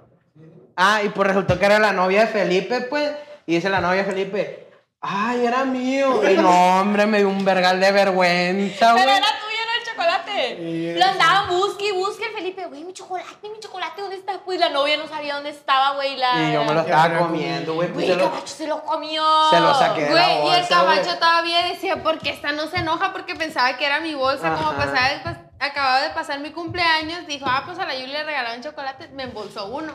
Ah, y pues resultó que era la novia de Felipe, pues. Y dice la novia de Felipe, ay, era mío. Y no, hombre, me dio un vergal de vergüenza, güey. Pero era tuyo, no el chocolate. Lo andaban busque y busque el Felipe, güey, mi chocolate, mi chocolate, ¿dónde está? Pues la novia no sabía dónde estaba, güey. La... Y yo me Ya lo estaba era comiendo, güey. Pues Ah, Güey, se lo- Cabacho se lo comió. se lo saqué. de la Güey, y el bolsa, güey. cabacho todavía decía, porque esta no se enoja porque pensaba que era mi bolsa, como Ajá. pasaba de pas- acababa de pasar mi cumpleaños, dijo, ah, pues a la Yuli le regalaron chocolate, me embolsó uno.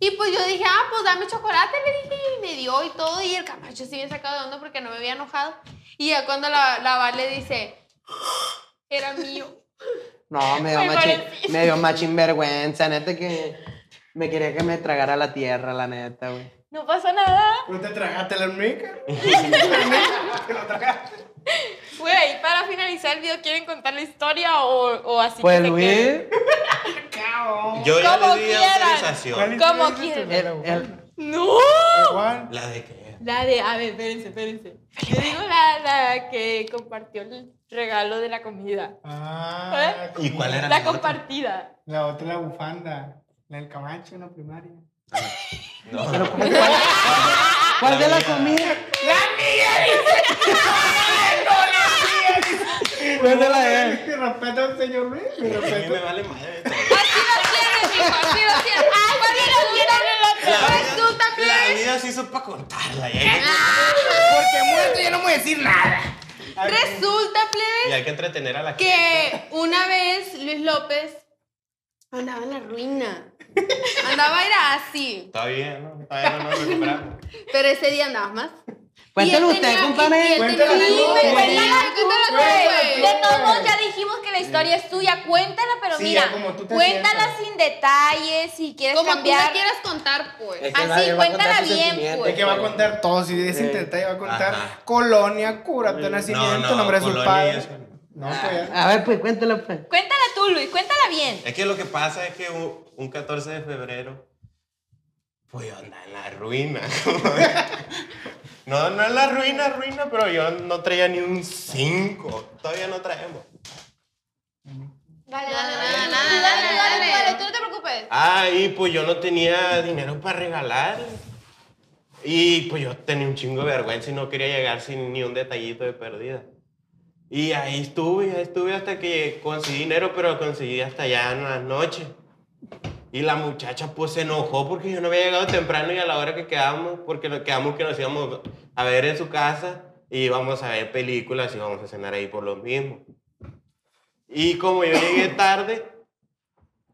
Y pues yo dije, ah, pues dame chocolate, le dije, y me dio y todo, y el cabacho sí me sacado de onda porque no me había enojado. Y ya cuando la, la Val le dice, "Ah, era mío. No, me dio, Me machín, parecí. me dio machín vergüenza, neta que me quería que me tragara la tierra, la neta, güey. No pasó nada. ¿No te tragaste la mica? ¿Te lo tragaste? Güey, para finalizar el video, ¿quieren contar la historia o, o así? Pues que se Luis, quede? Cao. Yo ya Como le di quieran. ¿Cómo autorización. ¿Cuál es tu quieres? el- novela, güey? el- ¡No! ¿Cuál? La de que. La de, a ver, espérense, espérense. Yo digo la, la que compartió el regalo de la comida. Ah, ¿Eh? ¿Y cuál era? La otra? compartida. La otra, la bufanda. La del Camacho en la primaria. No. ¿cuál de la mía. comida? ¿Cuál de la de? Mi respeto al señor Luis. Mi A mí respeto. me vale madre esto. Así lo quieren, hijo, así lo quieren. Ay, así lo quieren La el vida- otro. Pues tú también. La vida se hizo para contarla. ¿eh? Y hay, Porque muerto ya no voy a decir nada. Resulta, plebe, que, y hay que entretener a la que una vez Luis López andaba en la ruina. Andaba era así. Está bien, ¿no? Todavía no nos recuperamos. Pero ese día andabas más. Cuéntelo Y él usted, tenía- compadre. y él tenía- Cuéntelo Sí, tú, güey, güey. cuéntala tú, güey. De todos modos, ya dijimos que la historia es tuya. Cuéntala, pero Sí, mira, ya como tú te cuéntala sientas. sin detalles, si quieres Como tú cambiar. la quieras contar, pues. Es que va- Así, va a contar cuéntala sus bien, sentimientos. pues. Es que va a contar todo, si es Sí. intentada, va a contar Ajá. colonia, cura, tu nacimiento, nombre de sus colonia y padres. eso. No, pues Ah, ya. A ver, pues cuéntelo, pues. Cuéntala tú, Luis, cuéntala bien. Es que lo que pasa es que un, un 14 de febrero, pues yo andaba en la ruina. no, no en la ruina, ruina, pero yo no traía ni un 5. Todavía no traemos. Dale, dale, dale, dale, dale, dale, dale, dale. tú no te preocupes. Ah, y pues yo no tenía dinero para regalar. Y pues yo tenía un chingo de vergüenza y no quería llegar sin ni un detallito de pérdida. Y ahí estuve, ahí estuve hasta que conseguí dinero, pero lo conseguí hasta ya en la noche. Y la muchacha pues se enojó porque yo no había llegado temprano y a la hora que quedamos, porque nos quedamos que nos íbamos a ver en su casa y íbamos a ver películas y íbamos a cenar ahí por lo mismo. Y como yo llegué tarde,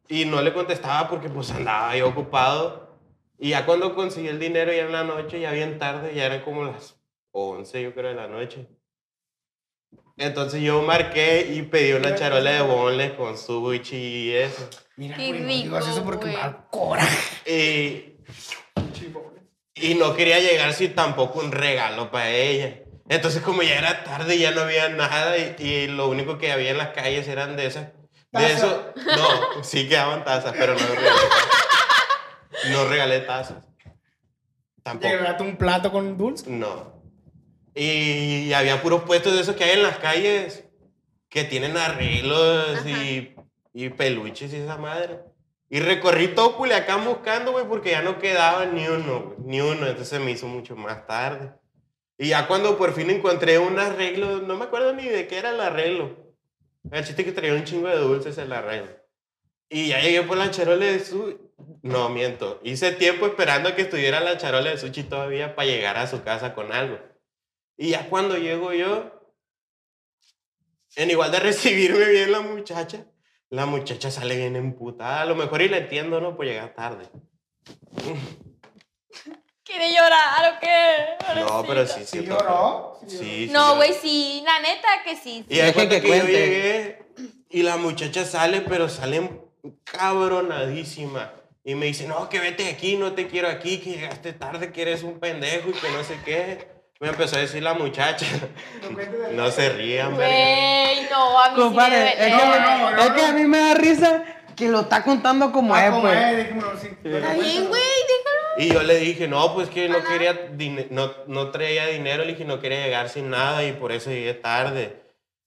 y no le contestaba porque pues andaba yo ocupado. Y ya cuando conseguí el dinero ya en la noche, ya bien tarde, ya eran como las 11 yo creo de la noche. Entonces yo marqué y pedí una charola de bonles con sushi y eso. Mira, Qué güey, no digas rico, eso porque me güey. da coraje. Y, y no quería llegar sin tampoco un regalo para ella. Entonces como ya era tarde ya no había nada y, y lo único que había en las calles eran de esas... De Taza. eso, no, sí quedaban tazas, pero no regalé, no regalé tazas. Tampoco. Llegaste un plato con Ah, dulce. No. Y había puros puestos de esos que hay en las calles que tienen arreglos y, y peluches y esa madre. Y recorrí todo Culiacán buscando, güey, porque ya no quedaba ni uno, güey, ni uno. Entonces se me hizo mucho más tarde. Y ya cuando por fin encontré un arreglo, no me acuerdo ni de qué era el arreglo. El chiste que traía un chingo de dulces el arreglo. Y ya llegué por la charola de sushi. No, miento. Hice tiempo esperando a que estuviera la charola de sushi todavía para llegar a su casa con algo. Y ya cuando llego yo, en igual de recibirme bien la muchacha, la muchacha sale bien emputada. A lo mejor y la entiendo, ¿no? Pues llega tarde. ¿Quiere llorar o qué? No, pero sí, sí. ¿Sí lloró? Sí, sí No, lloró. güey, sí, la neta que sí. Y hay Dejen cuenta que, que yo cuente. llegué y la muchacha sale, pero sale cabronadísima. Y me dice, no, que vete de aquí, no te quiero aquí, que llegaste tarde, que eres un pendejo y que no sé qué. Me empezó a decir la muchacha. No se rían, verga. Güey, no, a mí sí Compadre, me es duele. que, No, no, no, es que no. a mí me da risa que lo está contando como Ah, es, como pues. es, Pues, déjame sí. Está bien, güey, déjalo. Y yo le dije, no, pues que no quería, dine- no, no traía dinero, le dije, no quería llegar sin nada y por eso llegué tarde.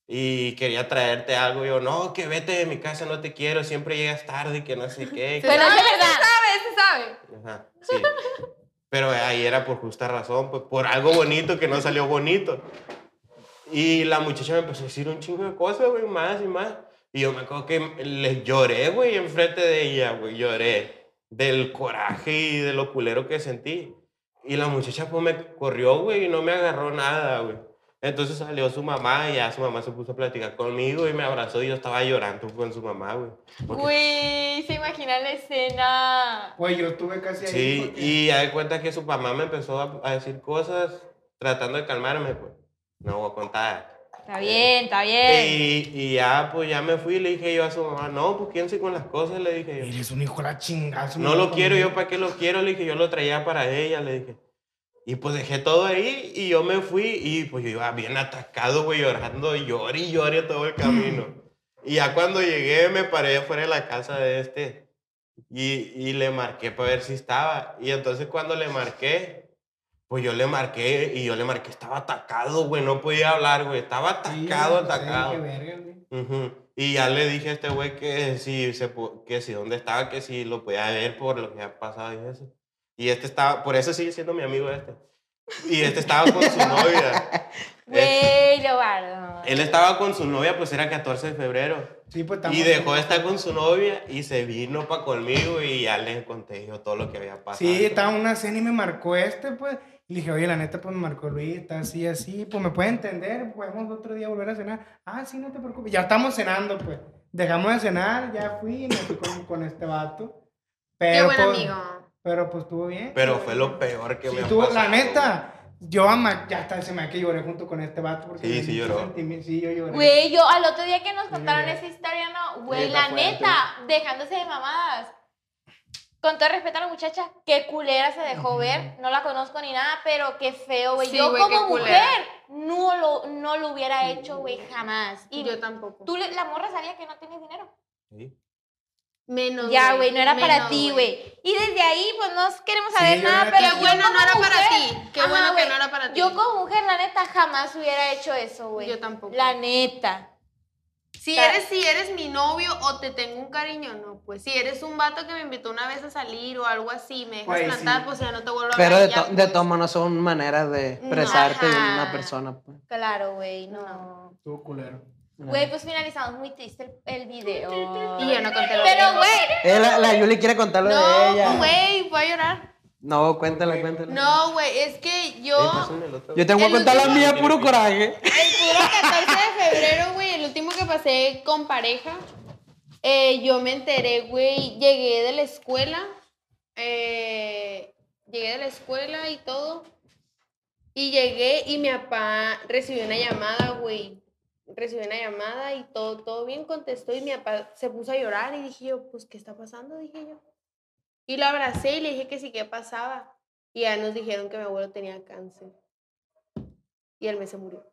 Y quería traerte algo. Yo, no, que vete de mi casa, no te quiero, siempre llegas tarde y que no sé qué. que- Pero es de verdad. ¿Sabes? ¿Se sabe? Ajá, sí. Pero ahí era por justa razón, pues por algo bonito que no salió bonito. Y la muchacha me empezó a decir un chingo de cosas, güey, más y más. Y yo me acuerdo que les lloré, güey, enfrente de ella, güey, lloré del coraje y de lo culero que sentí. Y la muchacha pues me corrió, güey, y no me agarró nada, güey. Entonces salió su mamá y ya su mamá se puso a platicar conmigo y me abrazó y yo estaba llorando con su mamá, güey. Porque Güey, se imagina la escena. Güey, pues, yo estuve casi ahí. Sí, porque- y ya de cuenta que su mamá me empezó a, a decir cosas tratando de calmarme, pues. No voy a contar. Está bien, está bien. Y, y ya, pues ya me fui y le dije yo a su mamá, no, pues quédense con las cosas, le dije yo. Eres un hijo de la chingada. No lo quiero, yo para qué lo quiero, le dije, yo lo traía para ella, le dije. Y pues dejé todo ahí y yo me fui y pues yo iba bien atacado, güey, llorando, lloré y lloré todo el camino. Y ya cuando llegué me paré fuera de la casa de este y, y le marqué para ver si estaba. Y entonces cuando le marqué, pues yo le marqué y yo le marqué, estaba atacado, güey, no podía hablar, güey, estaba atacado, atacado. Ujú. Y ya le dije a este güey que si, se, po- que si dónde estaba, que si lo podía ver por lo que ha pasado y eso. Y este estaba, por eso sigue siendo mi amigo este. Y este estaba con su novia. Eh, Güey, lo guardo. él estaba con su novia, pues era 14 de febrero. Sí, pues Y tampoco- dejó de estar con su novia y se vino para conmigo y ya le conté yo todo lo que había pasado. Sí, estaba en una cena y me marcó este, pues. Y le dije, oye, la neta, pues me marcó Luis, está así, así. Pues me puede entender, podemos otro día volver a cenar. Ah, sí, no te preocupes. Ya estamos cenando, pues. Dejamos de cenar, ya fui, me fui con, con este vato. Pero, Qué buen pues, amigo. Pero pues estuvo bien. Pero fue lo peor que Sí, me ha estuvo- pasado. La neta, Yo ama, ya hasta se me da que lloré junto con este vato. Porque Sí, me sí hizo lloró. sentirme- Sí, yo lloré. Güey, yo al otro día que nos contaron güey. esa historia, no, güey, Neta, la fuerte. neta, dejándose de mamadas. Con todo respeto a la muchacha, qué culera se dejó ver, no la conozco ni nada, pero qué feo, güey. Sí, yo güey, como qué culera. mujer no lo, no lo hubiera hecho, güey, jamás. Y Yo tampoco. tú, le- la morra sabía que no tienes dinero. Menos. Ya, güey, no era para menos, ti, güey. Y desde ahí, pues no queremos Sí, saber yo nada, creo pero. que- yo Qué bueno, como no era para mujer- ti. Qué bueno que güey, no era para ti. Yo como mujer, la neta, jamás hubiera hecho eso, güey. Yo tampoco. La neta. Si Ta- eres, si eres mi novio o te tengo un cariño, no, pues si eres un vato que me invitó una vez a salir o algo así, me dejas Pues, plantar, sí. pues ya no te vuelvo a Pero hablar. de, y to- ya, de pues. todas maneras son maneras de expresarte de una Mm, Ajá. persona. pues. Claro, güey, no. Estuvo culero. Güey, pues finalizamos muy triste el- el, video. Y yo no conté lo Pero, mío. güey, Eh, la, la Yuli quiere contar lo de No, ella. güey, voy a llorar. No, cuéntala, cuéntala. No, güey, es que yo. Yo tengo que El contar la último- mía, puro coraje. El puro 14 de febrero, güey, el último que pasé con pareja, eh, yo me enteré, güey, llegué de la escuela, eh, llegué de la escuela y todo, y llegué y mi papá recibió una llamada, güey, recibió una llamada y todo, todo bien contestó y mi papá se puso a llorar y dije yo, pues, ¿qué está pasando? Dije yo. Y lo abracé y le dije que sí, ¿qué pasaba? Y ya nos dijeron que mi abuelo tenía cáncer. Y él me se murió.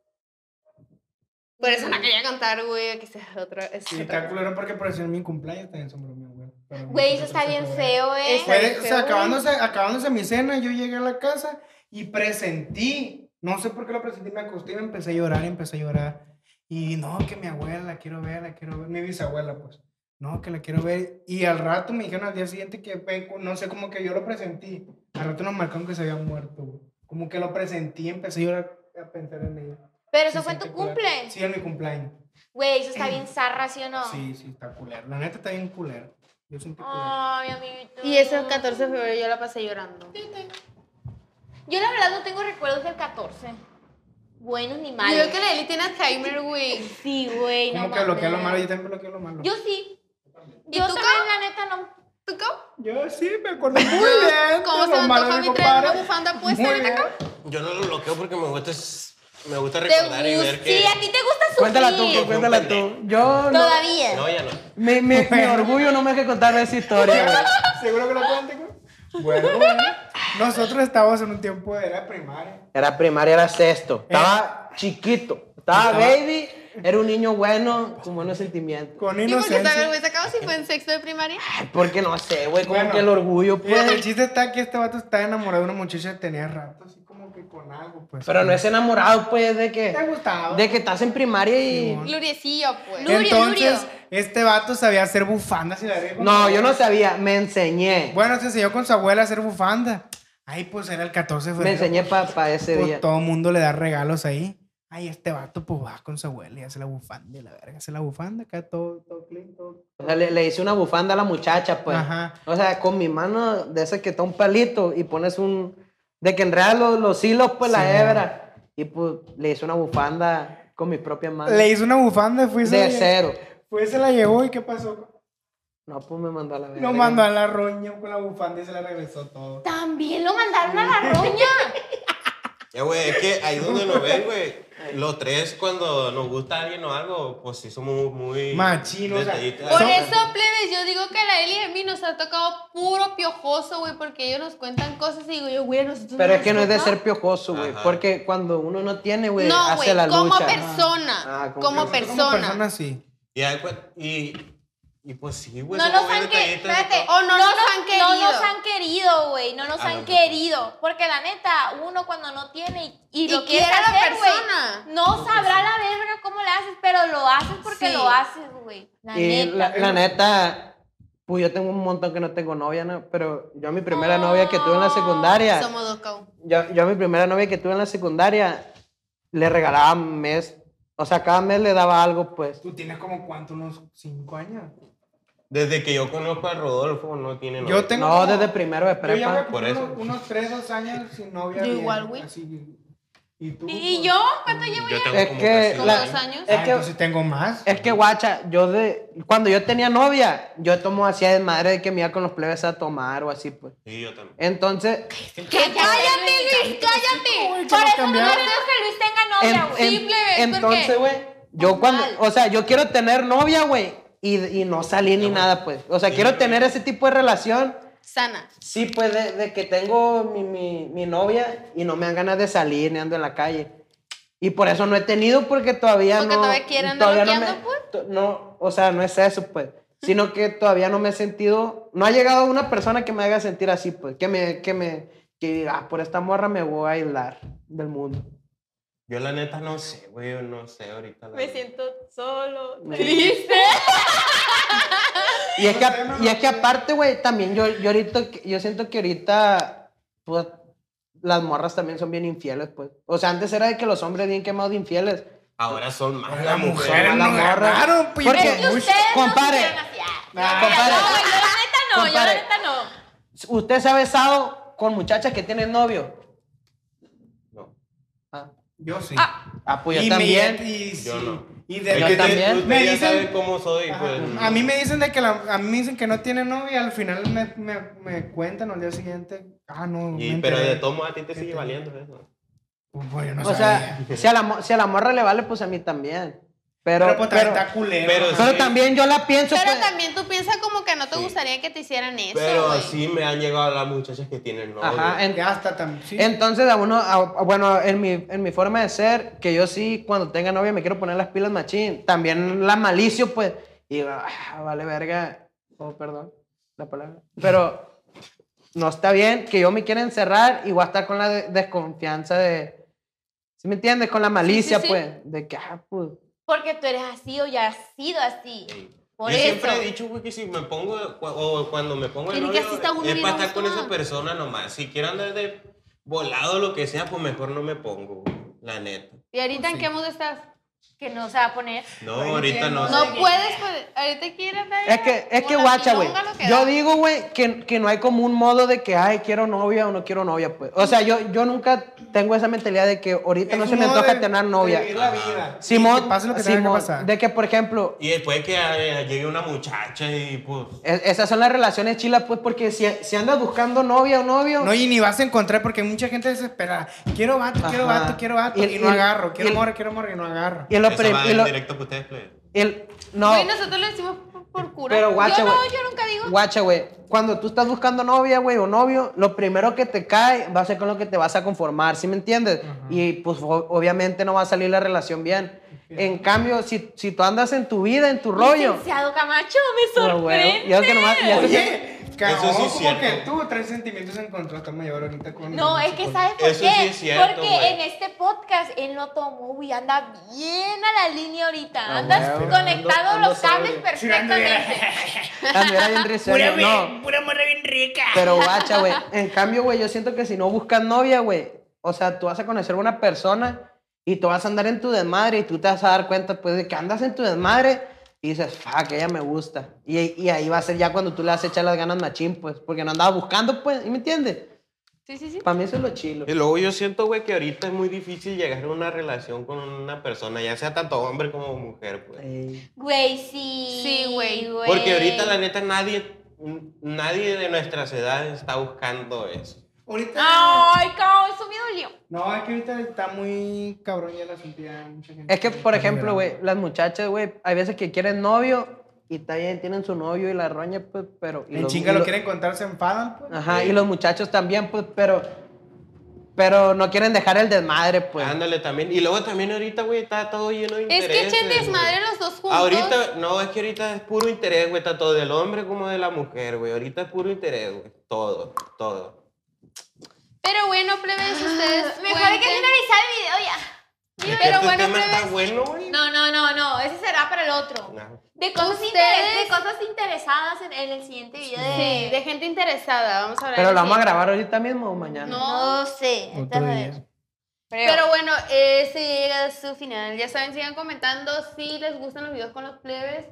Por eso no quería contar, güey, que sea otra. es Sí, otra está culero porque por eso en mi cumpleaños también sombró mi abuelo. Pero güey, eso está nosotros se bien cobraron. feo, eh. Está Fue- bien o feo, sea, acabándose, acabándose mi cena, yo llegué a la casa y presentí, no sé por qué lo presentí, me acosté y me empecé a llorar, empecé a llorar. Y no, que mi abuela, la quiero ver, la quiero ver, mi bisabuela, pues. No, que la quiero ver. Y al rato me dijeron al día siguiente que, fue- no sé, como que yo lo presentí. Al rato nos marcaron que se había muerto, güey. Como que lo presentí y empecé a llorar, a pensar en ella. Pero Sí, eso fue en está tu culero. cumple. Sí, en mi cumpleaños. Güey, eso está bien zarra, ¿sí o no? Sí, sí, está culero. La neta está bien culero. Yo sentí culero. Ay, amiguito. Y ese 14 de febrero yo la pasé llorando. Yo la verdad no tengo recuerdos del 14. Buenos ni Yo malos. creo que la Eli tiene Alzheimer, güey. Sí, güey, no Como que bloquea lo mames. malo, yo también bloqueo lo malo. Yo sí. ¿Y Yo tú, también, Cam? la neta, no. ¿Tú cómo? Yo sí, me acuerdo muy bien. ¿Cómo se me antoja a mí traer una bufanda puesta Muy en bien. acá? Yo no lo bloqueo porque me gusta, es- me gusta Te recordar y gusta. ver que. Sí, a ti te gusta sufrir. Cuéntala tú, Fue güey, un cuéntala pendejo. tú. Yo no. Todavía. No, ya no. Mi, mi- mi orgullo no me deja contar esa historia, güey. ¿Seguro que lo cuente, güey? Bueno, bueno. Nosotros estábamos en un tiempo de la primaria. Era primaria, era sexto. Estaba chiquito. Eh. Estaba baby. Era un niño bueno, con buenos sentimientos. Con ¿Y por qué está inocencia. güey? ¿Sacado si fue en sexto de primaria? Ay, Porque no sé, güey, como Bueno. que el orgullo, Y el pues. chiste está que este vato está enamorado de una muchacha que tenía rato, así como que con algo, pues. Pero no es enamorado, pues, de ¿Te que, gustaba? de que estás en primaria y. Luriecillo, pues. Lurio, Entonces, Lurio. este vato sabía hacer bufandas y la verga. No, yo no sabía, me enseñé. Bueno, se enseñó con su abuela a hacer bufanda. Ahí pues era el 14 de Me febrero. enseñé para ese Pues, día. todo el mundo le da regalos ahí. Ay, este vato pues va con su abuela y hace la bufanda y la verga, hace la bufanda acá todo, todo clean, todo. O sea, le, le hice una bufanda a la muchacha, pues. Ajá. O sea, con mi mano de esas que está un palito y pones un. De que enredas los, los hilos, pues Sí. la hebra. Y pues le hice una bufanda con mi propia mano. Le hizo una bufanda, fue y se, ah. de la lle- cero. fue y se la llevó y ¿qué pasó? No, pues me mandó a la verga. Lo mandó a la roña con la bufanda y se la regresó todo. También lo mandaron a la roña. Ya, güey, es que ahí donde nos ven, güey. Los tres, cuando nos gusta alguien o algo, pues sí somos muy. Machinos, o sea, detallistas. Por eso, plebes, yo digo que la Eli y a mí nos ha tocado puro piojoso, güey, porque ellos nos cuentan cosas y digo yo, güey, a nosotros Pero nos es que no es de toca. ser piojoso, güey. Ajá. Porque cuando uno no tiene, güey, No, hace güey, la como lucha. persona. Ah, como Como persona. como, persona. persona sí. Y, ahí, pues, y, y pues sí, güey. No somos nos muy han querido. detallistas. oh. O no nos han querido. No nos han querido, güey. No Ah, nos A han lo mejor. querido. Porque la neta, uno cuando no tiene y, y Y lo quiere quiere a la hacer, güey, persona. No sabrá la verga cómo le haces, pero lo haces porque Sí. lo haces, güey. La Y neta. la, la neta, pues yo tengo un montón que no tengo novia, ¿no? pero yo a mi primera novia que tuve en la secundaria, Somos dos cabrón. yo, yo a mi primera novia que tuve en la secundaria, le regalaba mes, o sea, cada mes le daba algo, pues. Tú tienes como cuánto, unos 5 años. Desde que yo conozco a Rodolfo, no tiene novia. Yo tengo. No, como- desde primero de Yo ya voy prepa. por Por unos, eso. unos 3, 2 años sin novia. Yo bien, igual, güey. Así, ¿Y tú? pues? Ah, ¿Y yo? ¿Cuánto llevo ya? Es que ¿Como la- dos años? Es que, tengo más. Es que, guacha, yo de. Cuando yo tenía novia, yo tomo hacía de madre de que me iba con los plebes a tomar o así, pues. Sí, yo también. Entonces, ¡Que cállate, Luis! ¡Cállate! Por eso no cambiaron? creo que Luis tenga en- novia, güey. en- Simple, ¿ves? entonces, Porque- güey, yo cuando. O sea, yo quiero tener novia, güey, y, y no salir ni nada, pues. O sea, quiero tener ese tipo de relación. Sana. Sí, pues de, de que tengo mi, mi- mi novia y no me dan ganas de salir ni ando en la calle. Y por eso no he tenido porque todavía Porque no... todavía quiere andar loqueando, to- no, o sea, no es eso, pues. Sino que todavía no me he sentido... No ha llegado una persona que me haga sentir así, pues. Que me... Que me que diga, "Ah, por esta morra me voy a aislar del mundo. Yo la neta no sé, güey, yo no sé ahorita. la Me neta. siento solo, No. triste. Y es que, y es que aparte, güey, también yo, yo ahorita... que- Yo siento que ahorita... Pues, las morras también son bien infieles, pues. O sea, antes era de que los hombres bien quemados de infieles. Ahora son más La las mujer mujeres. la no morra. agarraron, pues, Porque- Es que ustedes Compare. no se quieran así. Ah, Ah, no, compare. no, yo la neta no, yo la Compare. neta no. ¿Usted se ha besado con muchachas que tienen novio? No. Ah, Yo sí. ah, pues yo Y me- también. y sí. Yo no. Y Es de Yo que te- también. ustedes Me ya dicen- saben cómo soy, Ajá. pues. A mí me dicen de que la, a mí me dicen que no tiene novia y al final me, me, me cuentan al día siguiente. Ah, no. Y- me enteré. pero Pues, de todo modo a ti te sigue valiendo eso. Bueno, no O sea, si a, la, mo- si a la morra le vale, pues a mí también. Pero, pero, pero, pues, está culero. pero- pero también yo la pienso. Pero pues, también tú piensas como que no te gustaría que te hicieran eso. Pero güey. sí me han llegado las muchachas que tienen novio. Ajá, en- Ya hasta también. Sí. entonces a uno, a- a- bueno, en mi, en mi forma de ser, que yo sí, cuando tenga novia me quiero poner las pilas machín. También la malicio, pues. Y digo, "Ah, vale verga. Oh, perdón la palabra. Pero no está bien que yo me quiera encerrar y voy a estar con la de- desconfianza de. ¿Sí me entiendes? Con la malicia, sí. pues. De que, ah, pues. Porque tú eres así o ya has sido eh, así. Por Yo eso. siempre he dicho, güey, que si me pongo, cu- o cuando me pongo el Pero novio, que así está uno es bien para a estar con gusto. esa persona nomás. Si quiero andar de volado o lo que sea, pues mejor no me pongo, güey, la neta. ¿Y ahorita en qué mood estás? Que no se va a poner. No, ahorita no. No sé. puedes, pues, ahorita quieres andar Es que, es con que la guacha, güey. milonga, lo que Yo da. digo, güey, que, que no hay como un modo de que, ay, quiero novia o no quiero novia, pues. O sea, yo, yo nunca tengo esa mentalidad de que ahorita no Es se me un modo antoja de- tener de novia. Vivir la Ah. vida. Simón, Que pase lo que tenga que Simón, pasar. de que, por ejemplo, Y después que eh, llegue una muchacha y pues. es- e-, esas son las relaciones chilas, pues, porque si, si andas buscando novia o novio. No, y ni vas a encontrar porque hay mucha gente desesperada. Quiero vato, quiero Ajá. vato, quiero vato. Y, Y- no y- agarro. Quiero y- morra, quiero morra y no agarro. y en lo esa prim- va y en lo- directo que ustedes pues. plebe. el- no. Güey, nosotros lo decimos por, por cura. Pero guacha, yo no, güey. yo nunca digo. Guacha, güey. Cuando tú estás buscando novia, güey, o novio, lo primero que te cae va a ser con lo que te vas a conformar, ¿sí me entiendes? Y pues o- obviamente no va a salir la relación bien. En cambio, si, si tú andas en tu vida, en tu rollo. Licenciado Camacho, me pues, güey, sorprende. yo que nomás- ya sé que- Oye, cabrón, Eso sí es como cierto. que tú traes sentimientos encontrados. Te vamos a llevar ahorita con. No, es que ¿sabes por Eso qué? sí es cierto, Porque güey. en este podcast él no tomó y anda bien a la línea ahorita. Ah, Andas güey, conectado ando- los ando cables sobrio. perfectamente. anduviera bien risueño, no. pura morra bien rica. Pero guacha, güey. En cambio, güey, yo siento que si no buscas novia, güey, o sea, tú vas a conocer a una persona y tú vas a andar en tu desmadre y tú te vas a dar cuenta, pues, de que andas en tu desmadre y dices, fuck, ella me gusta. Y, y ahí va a ser ya cuando tú le vas a echar las ganas machín, pues, porque no andaba buscando, pues, ¿y me entiendes? Sí, sí, sí. Para mí eso es lo chilo. Y luego yo siento, güey, que ahorita es muy difícil llegar a una relación con una persona, ya sea tanto hombre como mujer, pues. Ey. Güey, sí. Sí, güey. Porque ahorita, la neta, nadie, n- nadie de nuestras edades está buscando eso. Ahorita. Ay, cabrón, eso me dolió. No, es que ahorita está muy cabrón ya la sentía mucha gente. Es que, por ejemplo, güey, las muchachas, güey, hay veces que quieren novio y está bien, tienen su novio y la roña, pues, pero... y En los- chinga y lo lo- Ah. quieren contar, se enfadan. Pues. Ajá, y los muchachos también, pues, pero. Pero no quieren dejar el desmadre, pues. Ándale también. Y luego también ahorita, güey, está todo lleno de Es interés. que echen desmadre los dos juntos. Ahorita, no, es que ahorita es puro interés, güey, tanto del hombre como de la mujer, güey. Ahorita es puro interés, güey. Todo, todo. Pero bueno, plebes, ustedes. Ah, Mejor hay cuenten. que finalizar el video ya. Es que Pero este bueno, tema está plebes, bueno, güey. No, no, no, no. Ese será para el otro. No. De cosas, Ustedes- interes- de cosas interesadas en, en el siguiente video de. Sí, de gente interesada. Vamos a hablar. Pero de lo vamos a gente. grabar ahorita mismo o mañana. No sé. Otro ahorita día. ver. Pero bueno, ese llega a su final. Ya saben, sigan comentando si les gustan los videos con los plebes.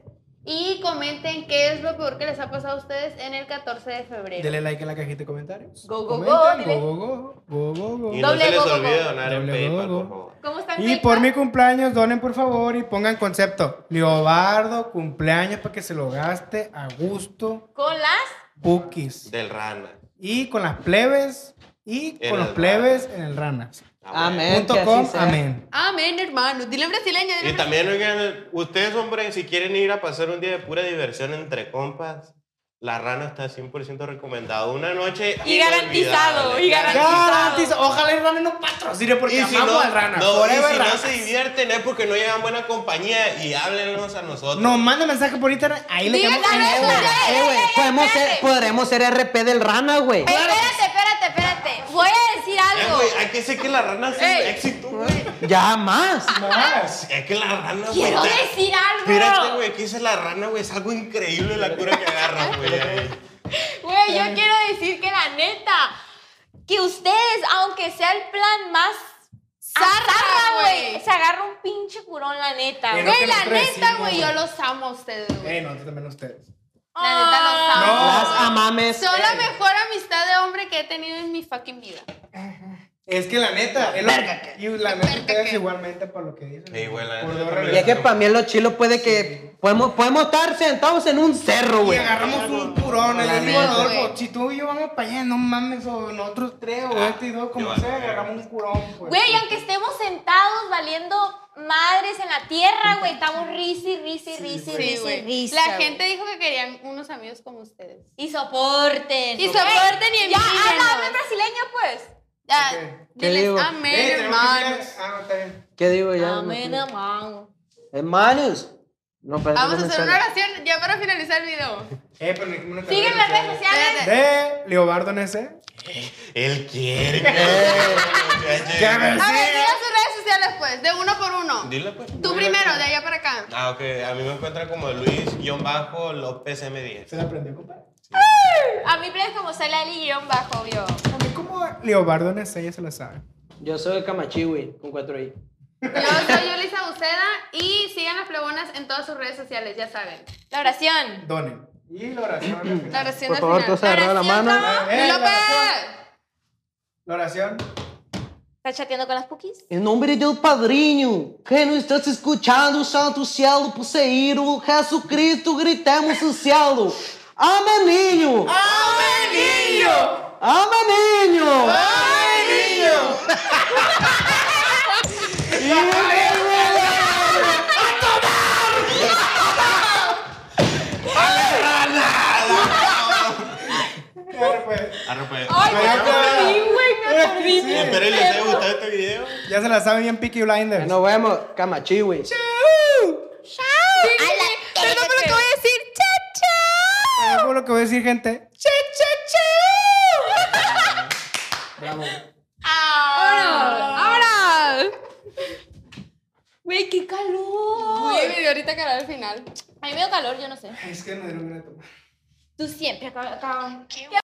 Y comenten qué es lo peor que les ha pasado a ustedes en el 14 de febrero. Dele like en la cajita de comentarios. Go, go, go, Comenten, dile. go, go, go, go, go, go. Go. Y no Doble se les go, go, olvide go. donar en Doble go, PayPal, por go. favor. ¿Cómo están? Y por mi cumpleaños, donen por favor y pongan concepto. Leobardo, cumpleaños para que se lo gaste a gusto, Con las. bookies. Del rana. Y con las plebes, y En con los el plebes en el ranas. Ah, bueno. Amén, Punto que así com, sea. amén. Amén, hermano. Dile en brasileño. Dile Y en también, oigan, ustedes, hombres, si quieren ir a pasar un día de pura diversión entre compas, la rana está 100% recomendado. Una noche. Y garantizado, inolvidable. y garantizado. Garantiza, ojalá el rana no patrocine porque Y si amamos no, al rana. no, y Forever si no Ranas. se divierten es porque no llevan buena compañía y háblenos a nosotros. Nos manda mensaje por Instagram, ahí le Diga quedamos la en neta, eso. ya. Eh, güey, Ey, ey, podemos ser, espérate. podremos ser RP del rana, güey. Espérate, espérate, espérate. Voy a decir Eh, algo. güey, hay que decir que la rana es un Ey. éxito, güey. Ya más. Más. Es que la rana, güey. Quiero está- decir algo. Espérate, este güey, que dice la rana, güey. Es algo increíble la cura que agarra, güey. ahí. Güey, yo quiero decir que la neta, que ustedes, aunque sea el plan más zarra, güey, Ah, güey. se agarra un pinche curón, la neta. Eh, no güey. que Güey, la nosotros neta, decimos, güey, yo güey. los amo a ustedes, güey. Eh, no, también ustedes. La neta, los amo. No. Las amames. Son la mejor amistad de hombre que he tenido en mi fucking vida. Es que la neta, es lo y la neta ustedes igualmente para lo que dicen. Sí, güey, la Por neta, dos por Y es razones. que para mí en los chilos puede que podemos, podemos estar sentados en un cerro, Y güey. agarramos un turón, le digo neta, Adolfo, güey. si tú y yo vamos para allá, no mames, o nosotros tres, o este y dos, como Ah, yo, sea, güey. agarramos un curón, pues. Güey, aunque estemos sentados valiendo madres en la tierra, güey, estamos risi, risi, risi, Sí, risi, güey. risi. La gente dijo que querían unos amigos como ustedes. Y soporten. Y soporten y Ey, Ya, envíenos. háblame brasileño, pues. Ya, Ok. ¿Qué diles digo? Eh, amén, tenemos que hermano. ir a- Ah, no, está bien. ¿Qué digo ya? Amén, amado. Hermanos. No, pero Vamos a no me hacer sale. una oración ya para finalizar el video. Eh, pero ni- una Sígueme en las redes sociales. De Leobardo Eh. NC. Él quiere. ¿Qué que- me A ver, sigue? diga sus redes sociales, pues, de uno por uno. Dile, pues. Tú primero, de allá para acá. Ah, ok. A mí me encuentran como Luis-López M10. ¿Se la aprendió, compadre? A mí, please, como sale el guión bajo, vio. A mí como Leobardo NC ya se la sabe. Yo soy el Camachiwi, con cuatro i. Yo soy Yulisa Buceda y sigan las plebonas en todas sus redes sociales, ya saben. La oración. Donen. Y la oración. al final. La oración Por al favor, final. todos agarraron la Oración, mano. ¿no? Eh, la ¡López! oración. La oración. ¿Estás chateando con las cookies? Em nome de Deus Padrinho, que nos estás escuchando, Santo Cielo Poseído, Jesucristo, gritemos o cielo. Ameninho! Ameninho! Claro, pues. Arre, pues. Allá está. Sí. Espero y les haya gustado este video. Ya se la sabe bien Peaky Blinders. Nos vemos, Camachiwi. Pero no me lo que voy a decir. Eso fue lo que voy a decir, gente. ¡Ahora! ¡Ahora! Ah. Güey, qué calor. Uy, me dio ahorita calor al final. A mí me dio calor, yo no sé. Es que me dieron ganas de tomar. Tú siempre acá. acá.